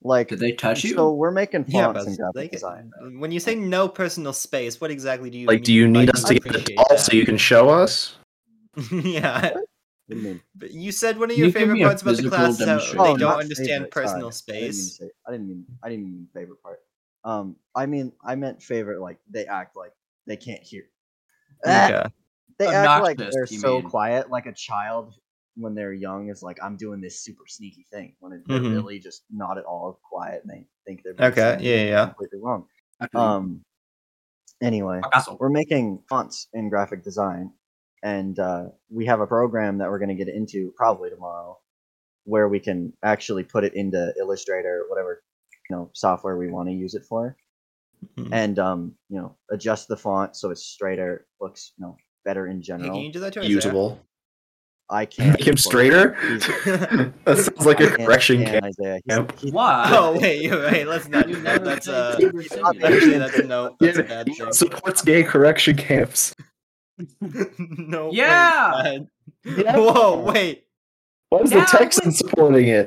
[SPEAKER 2] Like,
[SPEAKER 3] Did they touch you?
[SPEAKER 2] so we're making
[SPEAKER 1] Yeah,
[SPEAKER 2] fonts and
[SPEAKER 1] Benson,
[SPEAKER 2] graphic
[SPEAKER 1] like,
[SPEAKER 2] design.
[SPEAKER 1] when you say no personal space, what exactly do you
[SPEAKER 4] Like,
[SPEAKER 1] mean
[SPEAKER 4] do you
[SPEAKER 1] by
[SPEAKER 4] need us to get the
[SPEAKER 1] appreciate
[SPEAKER 4] doll
[SPEAKER 1] that?
[SPEAKER 4] so you can show us?
[SPEAKER 1] yeah.
[SPEAKER 2] What do you mean?
[SPEAKER 1] But you said one of your
[SPEAKER 3] You give
[SPEAKER 1] favorite
[SPEAKER 3] me a
[SPEAKER 1] parts about the
[SPEAKER 3] physical
[SPEAKER 1] class is how
[SPEAKER 3] demonstration.
[SPEAKER 1] they
[SPEAKER 2] Oh,
[SPEAKER 1] don't
[SPEAKER 2] not
[SPEAKER 1] understand
[SPEAKER 2] favorite, sorry.
[SPEAKER 1] personal
[SPEAKER 2] I didn't, mean
[SPEAKER 1] space.
[SPEAKER 2] say, I didn't mean I didn't mean favorite part. Um, I mean I meant favorite. Like they act like they can't hear. Ah!
[SPEAKER 1] Okay.
[SPEAKER 2] they act like
[SPEAKER 3] Obnoxious,
[SPEAKER 2] they're
[SPEAKER 3] you
[SPEAKER 2] so
[SPEAKER 3] mean.
[SPEAKER 2] quiet like a child when they're young is like i'm doing this super sneaky thing when it, they're
[SPEAKER 3] Mm-hmm.
[SPEAKER 1] Mhm.
[SPEAKER 2] really just not at all quiet and they think they're being
[SPEAKER 1] Okay.
[SPEAKER 2] sneaky.
[SPEAKER 1] Yeah. Yeah.
[SPEAKER 2] completely wrong
[SPEAKER 3] After you-
[SPEAKER 2] um anyway
[SPEAKER 3] Picasso.
[SPEAKER 2] we're making fonts in graphic design and uh, we have a program that we're going to get into probably tomorrow, where we can actually put it into Illustrator, whatever you know software we want to use it for,
[SPEAKER 4] Mm-hmm.
[SPEAKER 1] Mhm.
[SPEAKER 2] and um, you know adjust the font so it's straighter, looks you know better in
[SPEAKER 1] Hey, can
[SPEAKER 2] general.
[SPEAKER 1] you do that to Isaiah?
[SPEAKER 4] usable.
[SPEAKER 2] I can't
[SPEAKER 4] Make him straighter. that sounds like a
[SPEAKER 2] I can't
[SPEAKER 4] correction
[SPEAKER 2] stand
[SPEAKER 4] camp.
[SPEAKER 2] Isaiah. He's-
[SPEAKER 4] Yep.
[SPEAKER 2] he's-
[SPEAKER 3] Why?
[SPEAKER 1] Oh wait, you're right. Let's not do
[SPEAKER 3] You
[SPEAKER 1] that.
[SPEAKER 3] never
[SPEAKER 1] That's
[SPEAKER 3] said
[SPEAKER 1] uh,
[SPEAKER 3] you were singing.
[SPEAKER 1] actually that's a no. That's a
[SPEAKER 4] Yeah,
[SPEAKER 1] bad thing.
[SPEAKER 4] Supports gay correction camps.
[SPEAKER 1] no. way,
[SPEAKER 3] Yeah.
[SPEAKER 1] bud.
[SPEAKER 4] Yeah.
[SPEAKER 1] Whoa, wait.
[SPEAKER 4] Why is
[SPEAKER 3] Yeah,
[SPEAKER 4] the Texans supporting it?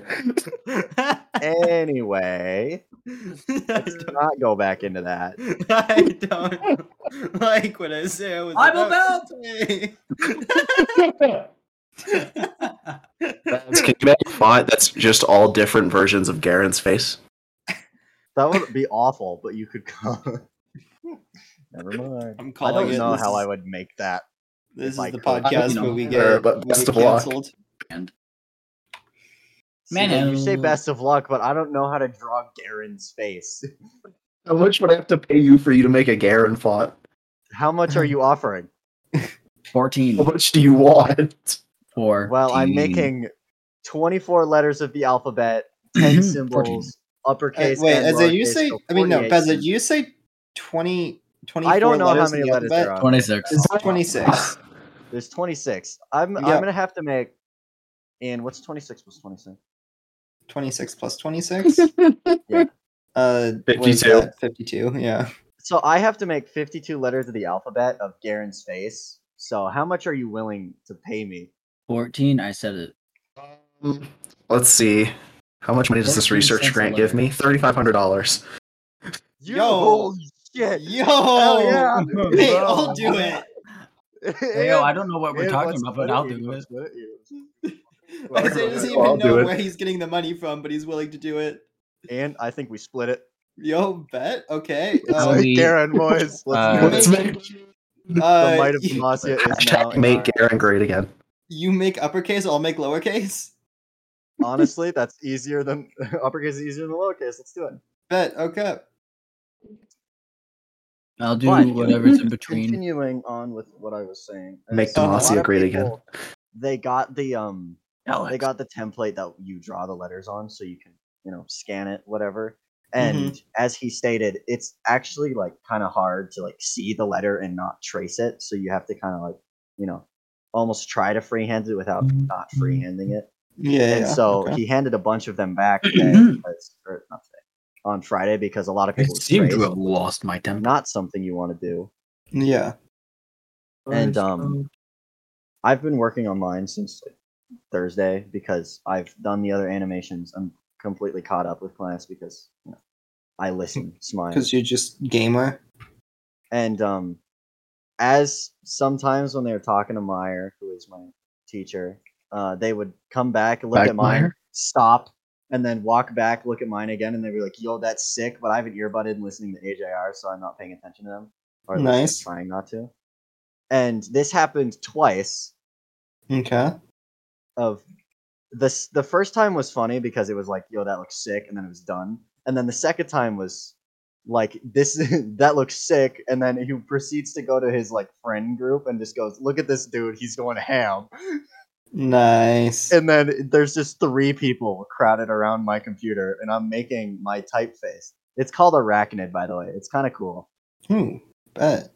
[SPEAKER 2] Anyway,
[SPEAKER 1] I
[SPEAKER 2] let's not go back into that.
[SPEAKER 1] don't- I don't like what Isaiah was.
[SPEAKER 3] I'm
[SPEAKER 1] about. to say.
[SPEAKER 4] Guys, Can you make a font that's just all different versions of Garen's face?
[SPEAKER 2] That would be awful, but you could come. Never mind.
[SPEAKER 5] I'm
[SPEAKER 2] I
[SPEAKER 5] calling
[SPEAKER 2] don't
[SPEAKER 5] it.
[SPEAKER 2] know
[SPEAKER 5] This
[SPEAKER 2] how
[SPEAKER 5] is-
[SPEAKER 2] I would make that.
[SPEAKER 5] This is
[SPEAKER 2] if I
[SPEAKER 5] the
[SPEAKER 2] could.
[SPEAKER 5] podcast
[SPEAKER 3] You know,
[SPEAKER 5] where we
[SPEAKER 3] uh,
[SPEAKER 5] get,
[SPEAKER 4] but
[SPEAKER 5] we
[SPEAKER 4] best
[SPEAKER 5] get
[SPEAKER 4] of luck.
[SPEAKER 5] canceled.
[SPEAKER 2] See, like, you say
[SPEAKER 3] Manhole.
[SPEAKER 2] best of luck, but I don't know how to draw Garen's face.
[SPEAKER 4] How much would I have to pay you for you to make a Garen font?
[SPEAKER 2] How much are you offering?
[SPEAKER 3] 14.
[SPEAKER 4] How much do you want?
[SPEAKER 3] Four.
[SPEAKER 2] Well, I'm making 24 letters of the alphabet, 10
[SPEAKER 3] Fourteen.
[SPEAKER 2] symbols,
[SPEAKER 5] Uh,
[SPEAKER 2] uppercase.
[SPEAKER 5] wait,
[SPEAKER 2] and
[SPEAKER 5] as you
[SPEAKER 2] lowercase,
[SPEAKER 5] say,
[SPEAKER 2] so
[SPEAKER 5] I mean, no,
[SPEAKER 2] 48.
[SPEAKER 5] Beza, you say 20, 24
[SPEAKER 2] I don't know how
[SPEAKER 5] letters
[SPEAKER 2] many
[SPEAKER 5] in the
[SPEAKER 2] letters
[SPEAKER 5] alphabet.
[SPEAKER 2] there
[SPEAKER 3] uh,
[SPEAKER 2] are.
[SPEAKER 3] 26.
[SPEAKER 5] It's 26.
[SPEAKER 2] There's 26. I'm I'm
[SPEAKER 5] Yeah.
[SPEAKER 2] gonna have to make. And what's 26 plus 26?
[SPEAKER 5] 26 plus 26?
[SPEAKER 2] Yeah.
[SPEAKER 5] Uh, what is
[SPEAKER 4] 52.
[SPEAKER 5] that? 52, yeah.
[SPEAKER 2] So I have to make 52 letters of the alphabet of Garen's face. So how much are you willing to pay me?
[SPEAKER 3] 14. I said it.
[SPEAKER 4] Um, Let's see. How much money does this
[SPEAKER 3] 14
[SPEAKER 4] research
[SPEAKER 3] cents a
[SPEAKER 4] grant give
[SPEAKER 3] letter.
[SPEAKER 4] me? Thirty-five hundred dollars.
[SPEAKER 2] You
[SPEAKER 5] Yo.
[SPEAKER 2] holy shit!
[SPEAKER 5] Yo!
[SPEAKER 2] Hell yeah!
[SPEAKER 5] Hey,
[SPEAKER 2] Oh, Bro.
[SPEAKER 5] I'll do it.
[SPEAKER 3] Hey, yo, I don't know what we're talking about, but I'll do it.
[SPEAKER 2] Well,
[SPEAKER 5] Isaiah doesn't
[SPEAKER 4] I'll
[SPEAKER 5] even
[SPEAKER 4] do
[SPEAKER 5] know
[SPEAKER 4] it.
[SPEAKER 5] where he's getting the money from, but he's willing to do it.
[SPEAKER 2] And I think we split it.
[SPEAKER 5] Yo, bet? Okay.
[SPEAKER 3] So
[SPEAKER 5] Uh,
[SPEAKER 3] we-
[SPEAKER 2] Garen boys, let's
[SPEAKER 3] Uh,
[SPEAKER 2] do it.
[SPEAKER 4] Let's make
[SPEAKER 5] uh,
[SPEAKER 2] the might of
[SPEAKER 5] you,
[SPEAKER 2] Demacia is now.
[SPEAKER 4] hashtag
[SPEAKER 2] in
[SPEAKER 4] make
[SPEAKER 2] our-
[SPEAKER 4] Garen great again.
[SPEAKER 5] you make uppercase, I'll make lowercase?
[SPEAKER 2] Honestly, that's easier than uppercase is easier than lowercase. Let's do it.
[SPEAKER 5] Bet, okay.
[SPEAKER 3] I'll do
[SPEAKER 2] Fine.
[SPEAKER 3] whatever's in between.
[SPEAKER 2] Continuing on with what I was saying, is
[SPEAKER 4] Make
[SPEAKER 2] a lot
[SPEAKER 4] Demacia
[SPEAKER 2] of
[SPEAKER 4] great again.
[SPEAKER 2] people, They got the um
[SPEAKER 3] Alex.
[SPEAKER 2] they got the template that you draw the letters on so you can you know scan it whatever and as he stated it's actually like kind of hard to like see the letter and not trace it so you have to kind of like you know almost try to freehand it without not freehanding it
[SPEAKER 5] Yeah. yeah,
[SPEAKER 2] and so
[SPEAKER 5] okay.
[SPEAKER 2] he handed a bunch of them back today because- or not today, on friday because a lot of
[SPEAKER 3] I
[SPEAKER 2] people
[SPEAKER 3] seem to
[SPEAKER 2] traced,
[SPEAKER 3] have lost my temper.
[SPEAKER 2] not something you want to do
[SPEAKER 5] yeah.
[SPEAKER 2] and um i've been working on mine since like, thursday because i've done the other animations i'm completely caught up with class because you know, i listen smile
[SPEAKER 5] Because you're just gamer.
[SPEAKER 2] and um as sometimes when they were talking to meyer who is my teacher uh they would come back look
[SPEAKER 4] Back
[SPEAKER 2] at mine
[SPEAKER 4] Meyer?
[SPEAKER 2] stop and then walk back look at mine again and they'd be like yo that's sick but i have an earbud in listening to ajr so i'm not paying attention to them or at least I'm
[SPEAKER 5] Nice.
[SPEAKER 2] trying not to and this happened twice
[SPEAKER 5] Okay.
[SPEAKER 2] of this the first time was funny because it was like yo that looks sick and then it was done and then the second time was like this that looks sick and then he proceeds to go to his like friend group and just goes look at this dude he's going ham
[SPEAKER 5] Nice.
[SPEAKER 2] and then there's just three people crowded around my computer and i'm making my typeface it's called arachnid by the way it's kind of cool
[SPEAKER 5] Hmm. Bet.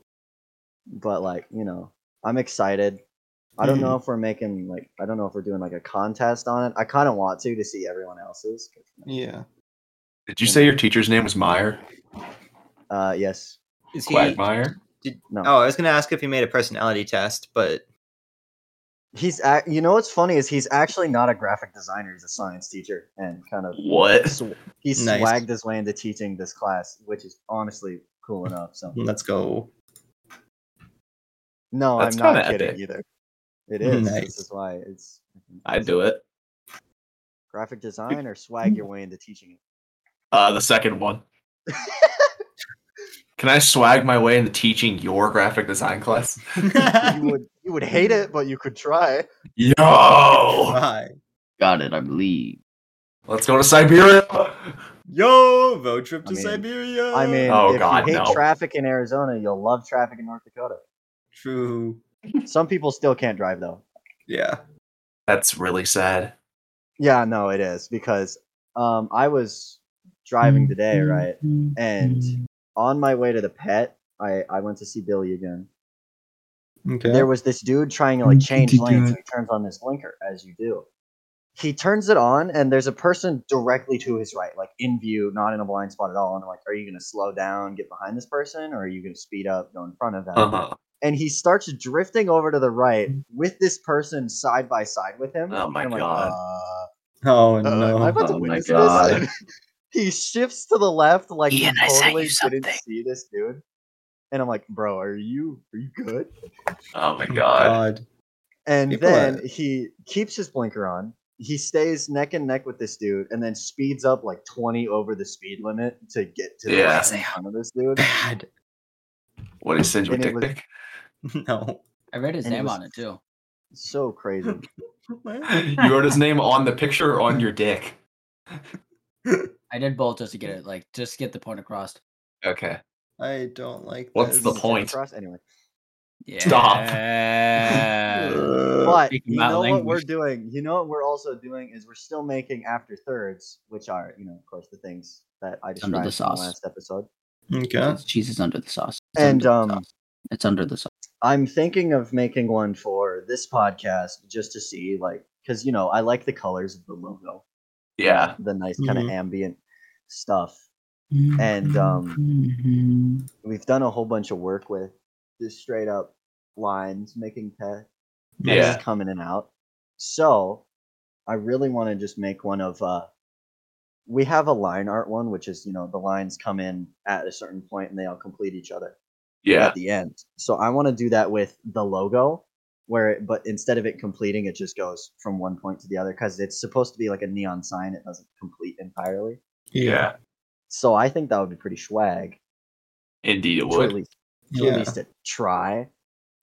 [SPEAKER 2] but like you know i'm excited i don't know if we're making like i don't know if we're doing like a contest on it i kind of want to to see everyone else's 'cause, you know,
[SPEAKER 5] Yeah.
[SPEAKER 4] Did you say your teacher's name was Meyer?
[SPEAKER 2] Uh, yes.
[SPEAKER 1] Is he?
[SPEAKER 4] Quagmire.
[SPEAKER 2] No.
[SPEAKER 1] Oh, I was gonna ask if he made a personality test, but
[SPEAKER 2] He's. Ac- you know what's funny is he's actually not a graphic designer. He's a science teacher, and kind of
[SPEAKER 4] What?
[SPEAKER 2] sw- he
[SPEAKER 1] Nice.
[SPEAKER 2] swagged his way into teaching this class, which is honestly cool enough. So
[SPEAKER 1] let's go.
[SPEAKER 2] no,
[SPEAKER 4] That's
[SPEAKER 2] I'm not
[SPEAKER 4] kinda
[SPEAKER 2] kidding
[SPEAKER 4] epic.
[SPEAKER 2] either. It is.
[SPEAKER 1] Nice.
[SPEAKER 2] This is why it's.
[SPEAKER 4] I'd do it.
[SPEAKER 2] Graphic design or swag your way into teaching.
[SPEAKER 4] Uh, the second one. Can I swag my way into teaching your graphic design class?
[SPEAKER 2] you would. You would hate it, but you could try.
[SPEAKER 4] Yo!
[SPEAKER 1] Hi.
[SPEAKER 3] Got it, I believe.
[SPEAKER 4] Let's go to Siberia!
[SPEAKER 1] Yo, road trip
[SPEAKER 2] I
[SPEAKER 1] to
[SPEAKER 2] mean-
[SPEAKER 1] Siberia.
[SPEAKER 2] I mean,
[SPEAKER 4] Oh,
[SPEAKER 2] if
[SPEAKER 4] God,
[SPEAKER 2] you hate
[SPEAKER 4] no.
[SPEAKER 2] traffic in Arizona, you'll love traffic in North Dakota.
[SPEAKER 1] true.
[SPEAKER 2] Some people still can't drive though.
[SPEAKER 1] Yeah.
[SPEAKER 4] That's really sad.
[SPEAKER 2] Yeah, no, it is because um, I was driving today,
[SPEAKER 3] Mm-hmm.
[SPEAKER 6] Mm-hmm.
[SPEAKER 2] right? And on my way to the pet, I, I went to see Billy again.
[SPEAKER 1] Okay.
[SPEAKER 2] There was this dude trying to like
[SPEAKER 6] Mm,
[SPEAKER 2] change
[SPEAKER 6] did you
[SPEAKER 2] lanes,
[SPEAKER 6] do
[SPEAKER 2] and he turns on his blinker as you do. He turns it on, and there's a person directly to his right, like in view, not in a blind spot at all. And I'm like, are you gonna slow down, get behind this person, or are you gonna speed up, go in front of them?
[SPEAKER 4] Uh huh.
[SPEAKER 2] and he starts drifting over to the right
[SPEAKER 1] Mm.
[SPEAKER 2] with this person side by side with him.
[SPEAKER 4] Oh my
[SPEAKER 2] And I'm like,
[SPEAKER 4] God.
[SPEAKER 2] uh,
[SPEAKER 1] Oh
[SPEAKER 2] uh, am I
[SPEAKER 1] no.
[SPEAKER 2] about to
[SPEAKER 4] Oh my
[SPEAKER 2] witness
[SPEAKER 4] God.
[SPEAKER 2] this? And he shifts to the left like
[SPEAKER 3] Ian,
[SPEAKER 2] he
[SPEAKER 3] I sent
[SPEAKER 2] totally
[SPEAKER 3] you
[SPEAKER 2] didn't
[SPEAKER 3] something.
[SPEAKER 2] see this dude. And I'm like, bro, are you are you good?
[SPEAKER 4] Oh my god.
[SPEAKER 1] God.
[SPEAKER 2] And
[SPEAKER 1] People
[SPEAKER 2] then
[SPEAKER 1] are-
[SPEAKER 2] he keeps his blinker on. He stays neck and neck with this dude, and then speeds up like 20 over the speed limit to get to the
[SPEAKER 4] Yeah.
[SPEAKER 2] left in front of this dude.
[SPEAKER 1] Bad.
[SPEAKER 4] What is Singe
[SPEAKER 2] And it was-
[SPEAKER 4] Dick
[SPEAKER 1] No.
[SPEAKER 3] I read his
[SPEAKER 2] And it
[SPEAKER 3] name
[SPEAKER 2] was-
[SPEAKER 3] on it too.
[SPEAKER 2] So crazy.
[SPEAKER 4] Dick? You wrote his name on the picture or on your dick.
[SPEAKER 3] I did both just to get it, like, just get the point across.
[SPEAKER 4] Okay.
[SPEAKER 1] I don't like
[SPEAKER 4] What's the
[SPEAKER 1] this.
[SPEAKER 4] point?
[SPEAKER 2] Across- Anyway.
[SPEAKER 3] Yeah.
[SPEAKER 4] Stop.
[SPEAKER 1] Uh,
[SPEAKER 2] But
[SPEAKER 3] speaking
[SPEAKER 2] you
[SPEAKER 3] my
[SPEAKER 2] know what we're
[SPEAKER 3] language.
[SPEAKER 2] doing. You know what we're also doing is we're still making after thirds, which are you know of course the things that I
[SPEAKER 3] Under
[SPEAKER 2] described
[SPEAKER 3] the
[SPEAKER 2] in the
[SPEAKER 3] sauce.
[SPEAKER 2] last episode.
[SPEAKER 1] okay.
[SPEAKER 3] It's- cheese is under the sauce. It's
[SPEAKER 2] And,
[SPEAKER 3] under the
[SPEAKER 2] um,
[SPEAKER 3] sauce. it's under the sauce.
[SPEAKER 2] I'm thinking of making one for this podcast just to see like because you know I like the colors of the logo,
[SPEAKER 4] Yeah.
[SPEAKER 2] the nice kind of
[SPEAKER 3] Mm-hmm.
[SPEAKER 1] Mhm.
[SPEAKER 2] ambient stuff and,
[SPEAKER 3] um,
[SPEAKER 2] we've done a whole bunch of work with, just straight up lines making text.
[SPEAKER 4] Yeah.
[SPEAKER 2] text coming in and out. So I really want to just make one of uh we have a line art one, which is you know the lines come in at a certain point and they all complete each other
[SPEAKER 4] Yeah.
[SPEAKER 2] at the end. So I want to do that with the logo, where it, but instead of it completing, it just goes from one point to the other because it's supposed to be like a neon sign. It doesn't complete entirely.
[SPEAKER 4] Yeah.
[SPEAKER 2] So I think that would be pretty swag
[SPEAKER 4] Indeed it
[SPEAKER 2] to at
[SPEAKER 4] would.
[SPEAKER 2] least to at
[SPEAKER 1] Yeah.
[SPEAKER 2] least to try.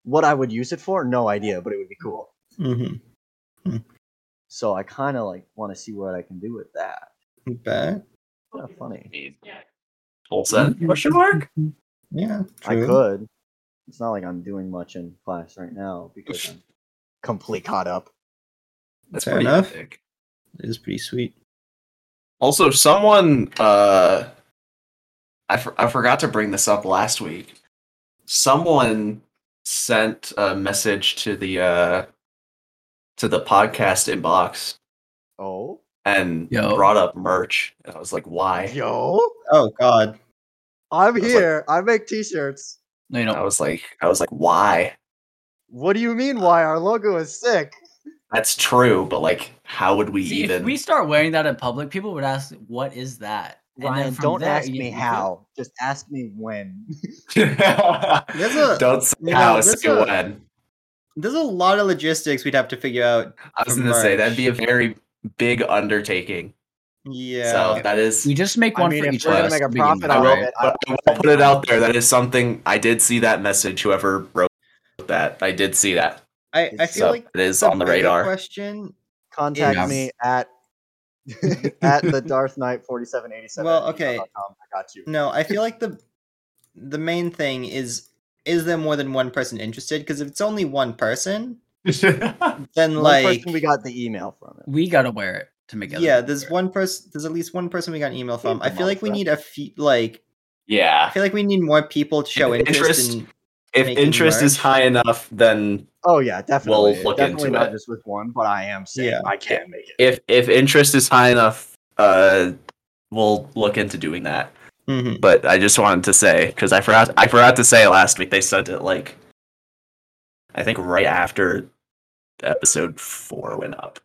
[SPEAKER 2] What I would use it for, no idea, but it would be cool.
[SPEAKER 1] Mm-hmm.
[SPEAKER 2] So I kind of like want to see what I can do with that.
[SPEAKER 1] Bad.
[SPEAKER 3] Oh,
[SPEAKER 2] Kinda funny.
[SPEAKER 4] Full
[SPEAKER 3] Mm-hmm.
[SPEAKER 4] set? Question mark?
[SPEAKER 1] Yeah.
[SPEAKER 2] I
[SPEAKER 1] true.
[SPEAKER 2] could. It's not like I'm doing much in class right now because I'm completely caught up.
[SPEAKER 4] That's
[SPEAKER 1] Fair
[SPEAKER 4] pretty
[SPEAKER 1] enough.
[SPEAKER 4] epic.
[SPEAKER 1] It is pretty sweet.
[SPEAKER 4] Also, someone uh I for- I forgot to bring this up last week. Someone sent a message to the uh to the podcast inbox
[SPEAKER 2] Oh,
[SPEAKER 4] and
[SPEAKER 3] Yo.
[SPEAKER 4] brought up merch. And I was like, why?
[SPEAKER 2] yo,
[SPEAKER 1] Oh God.
[SPEAKER 2] I'm
[SPEAKER 4] was like-
[SPEAKER 2] here. I make T-shirts.
[SPEAKER 3] no, you
[SPEAKER 4] I
[SPEAKER 3] don't.
[SPEAKER 4] was like, I was like, why?
[SPEAKER 2] What do you mean? Why our logo is sick?
[SPEAKER 4] That's true, but like, how would we
[SPEAKER 3] See,
[SPEAKER 4] even?
[SPEAKER 3] if we start wearing that in public, people would ask, "What is that?" And then
[SPEAKER 2] Ryan,
[SPEAKER 3] from
[SPEAKER 2] don't
[SPEAKER 3] there,
[SPEAKER 2] ask
[SPEAKER 3] you-
[SPEAKER 2] me
[SPEAKER 3] you feel-
[SPEAKER 2] how. Just ask me when.
[SPEAKER 1] a-
[SPEAKER 4] Don't say
[SPEAKER 1] you know,
[SPEAKER 4] how,
[SPEAKER 1] there's
[SPEAKER 4] say
[SPEAKER 1] a-
[SPEAKER 4] when.
[SPEAKER 1] There's a lot of logistics we'd have to figure out.
[SPEAKER 4] I was
[SPEAKER 1] for
[SPEAKER 4] gonna say that'd
[SPEAKER 1] merch.
[SPEAKER 4] be a very big undertaking.
[SPEAKER 1] Yeah.
[SPEAKER 4] So that is.
[SPEAKER 3] We just make
[SPEAKER 2] I
[SPEAKER 3] one
[SPEAKER 2] mean,
[SPEAKER 3] for
[SPEAKER 2] if
[SPEAKER 3] each
[SPEAKER 2] we're
[SPEAKER 3] of
[SPEAKER 2] gonna
[SPEAKER 3] us.
[SPEAKER 2] make a
[SPEAKER 3] to begin
[SPEAKER 2] profit
[SPEAKER 3] with,
[SPEAKER 4] I
[SPEAKER 2] off
[SPEAKER 4] will,
[SPEAKER 3] right?
[SPEAKER 2] it, I
[SPEAKER 4] but I
[SPEAKER 2] will
[SPEAKER 4] will put it out there. That is something I did see that message. Whoever wrote that, I did see that.
[SPEAKER 1] I, I feel
[SPEAKER 4] So
[SPEAKER 1] like
[SPEAKER 4] it is
[SPEAKER 1] the
[SPEAKER 4] on the
[SPEAKER 1] bigger
[SPEAKER 4] radar.
[SPEAKER 1] Question.
[SPEAKER 2] Contact
[SPEAKER 3] Yeah.
[SPEAKER 2] me at at the Darth Knight forty seven eighty seven.
[SPEAKER 1] Well, okay.
[SPEAKER 2] I got
[SPEAKER 3] Mm,
[SPEAKER 2] you.
[SPEAKER 1] No, I feel like the the main thing is is there more than one person interested? Because if it's only one person, then
[SPEAKER 2] One
[SPEAKER 1] like
[SPEAKER 2] person we got the email from him.
[SPEAKER 3] We gotta wear it to make it.
[SPEAKER 1] yeah, there's one person. There's at least one person we got an email from. I
[SPEAKER 2] the
[SPEAKER 1] feel like we
[SPEAKER 2] motherfucker.
[SPEAKER 1] need a few. Like I
[SPEAKER 4] yeah.
[SPEAKER 1] feel like we need more people to show interest.
[SPEAKER 4] Interest.
[SPEAKER 1] in-
[SPEAKER 4] If
[SPEAKER 1] Making
[SPEAKER 4] interest is
[SPEAKER 1] merch.
[SPEAKER 4] high enough, then
[SPEAKER 2] Oh yeah, definitely.
[SPEAKER 4] look
[SPEAKER 2] definitely
[SPEAKER 4] into
[SPEAKER 2] not
[SPEAKER 4] it.
[SPEAKER 2] just with one, but I am saying
[SPEAKER 1] Yeah.
[SPEAKER 2] I can make it.
[SPEAKER 4] if if interest is high enough, uh, we'll look into doing that.
[SPEAKER 1] Mhm.
[SPEAKER 4] But I just wanted to say because I forgot I forgot to say last week. They sent it like I think right after episode four went up.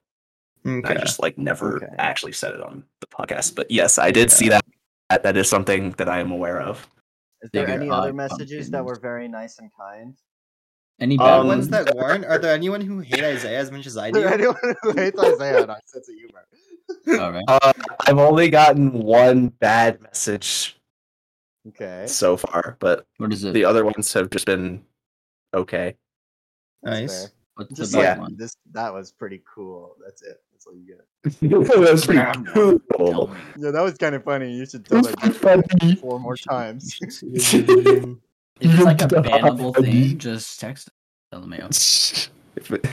[SPEAKER 4] And
[SPEAKER 1] Okay.
[SPEAKER 4] I just like never
[SPEAKER 2] Okay.
[SPEAKER 4] actually said it on the podcast. But yes, I did see that. that. That is something that I am aware of.
[SPEAKER 2] Is there
[SPEAKER 3] Bigger
[SPEAKER 2] any other
[SPEAKER 3] odd
[SPEAKER 2] messages that were
[SPEAKER 3] pumpkins.
[SPEAKER 2] very nice and kind?
[SPEAKER 3] Any
[SPEAKER 1] Are
[SPEAKER 3] bad
[SPEAKER 1] there
[SPEAKER 4] Um,
[SPEAKER 1] ones
[SPEAKER 3] ones?
[SPEAKER 1] uh, that weren't? Are there anyone who hate Isaiah as much as I
[SPEAKER 2] Is
[SPEAKER 1] do?
[SPEAKER 2] there anyone who hates Isaiah and our sense of humor?
[SPEAKER 3] All right.
[SPEAKER 4] Uh, I've only gotten one bad message
[SPEAKER 2] Okay.
[SPEAKER 4] so far, but
[SPEAKER 3] What is it?
[SPEAKER 4] the other ones have just been okay.
[SPEAKER 2] that's
[SPEAKER 1] Nice.
[SPEAKER 2] fair.
[SPEAKER 3] What's
[SPEAKER 2] Just
[SPEAKER 3] the bad
[SPEAKER 2] like
[SPEAKER 3] one?
[SPEAKER 2] this that was pretty cool. That's it. That's all you get.
[SPEAKER 4] that was pretty cool.
[SPEAKER 2] Yeah, that was kind of funny. You should tell that joke four more times.
[SPEAKER 1] Mm.
[SPEAKER 3] If it's like a bannable thing, just text. Delameo.
[SPEAKER 4] If it-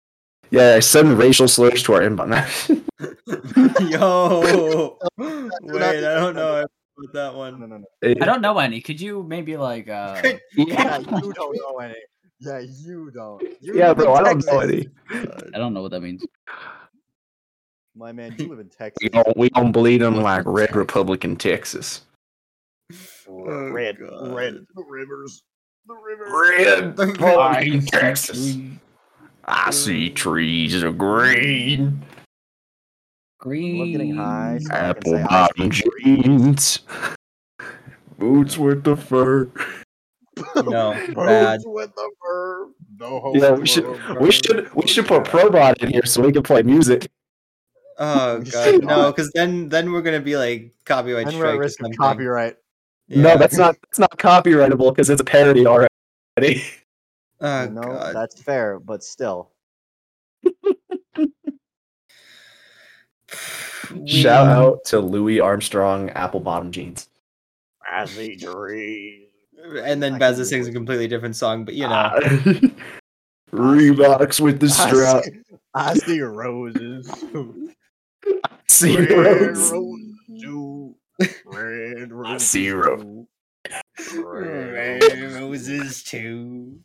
[SPEAKER 4] yeah, send racial slurs to our inbox.
[SPEAKER 1] Yo, wait,
[SPEAKER 2] not
[SPEAKER 1] I don't know about that
[SPEAKER 2] No,
[SPEAKER 1] one.
[SPEAKER 2] no, no.
[SPEAKER 3] I don't know any. Could you maybe like uh
[SPEAKER 2] Yeah, you don't know any. Yeah, you don't. You
[SPEAKER 4] yeah,
[SPEAKER 2] live in
[SPEAKER 4] bro, I don't know
[SPEAKER 2] Texas.
[SPEAKER 4] any.
[SPEAKER 3] I don't know what that means.
[SPEAKER 2] My man, you live in Texas.
[SPEAKER 4] We don't, we don't bleed them like red Republican Texas.
[SPEAKER 1] Oh,
[SPEAKER 2] red,
[SPEAKER 1] God.
[SPEAKER 2] red, the rivers, the rivers.
[SPEAKER 4] Red
[SPEAKER 1] pine
[SPEAKER 4] Texas. I see trees of green,
[SPEAKER 3] Green.
[SPEAKER 2] Love getting high. so I can
[SPEAKER 4] apple
[SPEAKER 2] say I see
[SPEAKER 4] bottom
[SPEAKER 2] green.
[SPEAKER 4] jeans, boots with the fur.
[SPEAKER 1] No, bad.
[SPEAKER 2] Birds with the verb. No hope
[SPEAKER 4] Yeah,
[SPEAKER 2] for
[SPEAKER 4] we should
[SPEAKER 2] a
[SPEAKER 4] we
[SPEAKER 2] bird.
[SPEAKER 4] should we should put Probot in here so we can play music.
[SPEAKER 1] Oh god, no, because then then we're gonna be like copyright
[SPEAKER 2] And
[SPEAKER 1] strike.
[SPEAKER 2] we're at
[SPEAKER 1] or
[SPEAKER 2] risk of
[SPEAKER 1] something.
[SPEAKER 2] copyright.
[SPEAKER 1] Yeah.
[SPEAKER 4] No, that's not that's not copyrightable because it's a parody already.
[SPEAKER 1] Oh
[SPEAKER 2] no,
[SPEAKER 1] god.
[SPEAKER 2] that's fair, but still.
[SPEAKER 4] Shout out to Louis Armstrong, apple bottom jeans.
[SPEAKER 2] I see trees.
[SPEAKER 1] And then
[SPEAKER 2] I can
[SPEAKER 1] Bezza
[SPEAKER 2] do
[SPEAKER 1] sings a
[SPEAKER 2] it.
[SPEAKER 1] completely different song, but you know.
[SPEAKER 4] Ah. Reeboks with the
[SPEAKER 2] I
[SPEAKER 4] strap.
[SPEAKER 2] see, I see roses.
[SPEAKER 4] See
[SPEAKER 2] Red
[SPEAKER 4] roses.
[SPEAKER 2] roses do. Red roses.
[SPEAKER 4] see
[SPEAKER 2] do.
[SPEAKER 4] ro-
[SPEAKER 2] Red roses.
[SPEAKER 1] Roses too.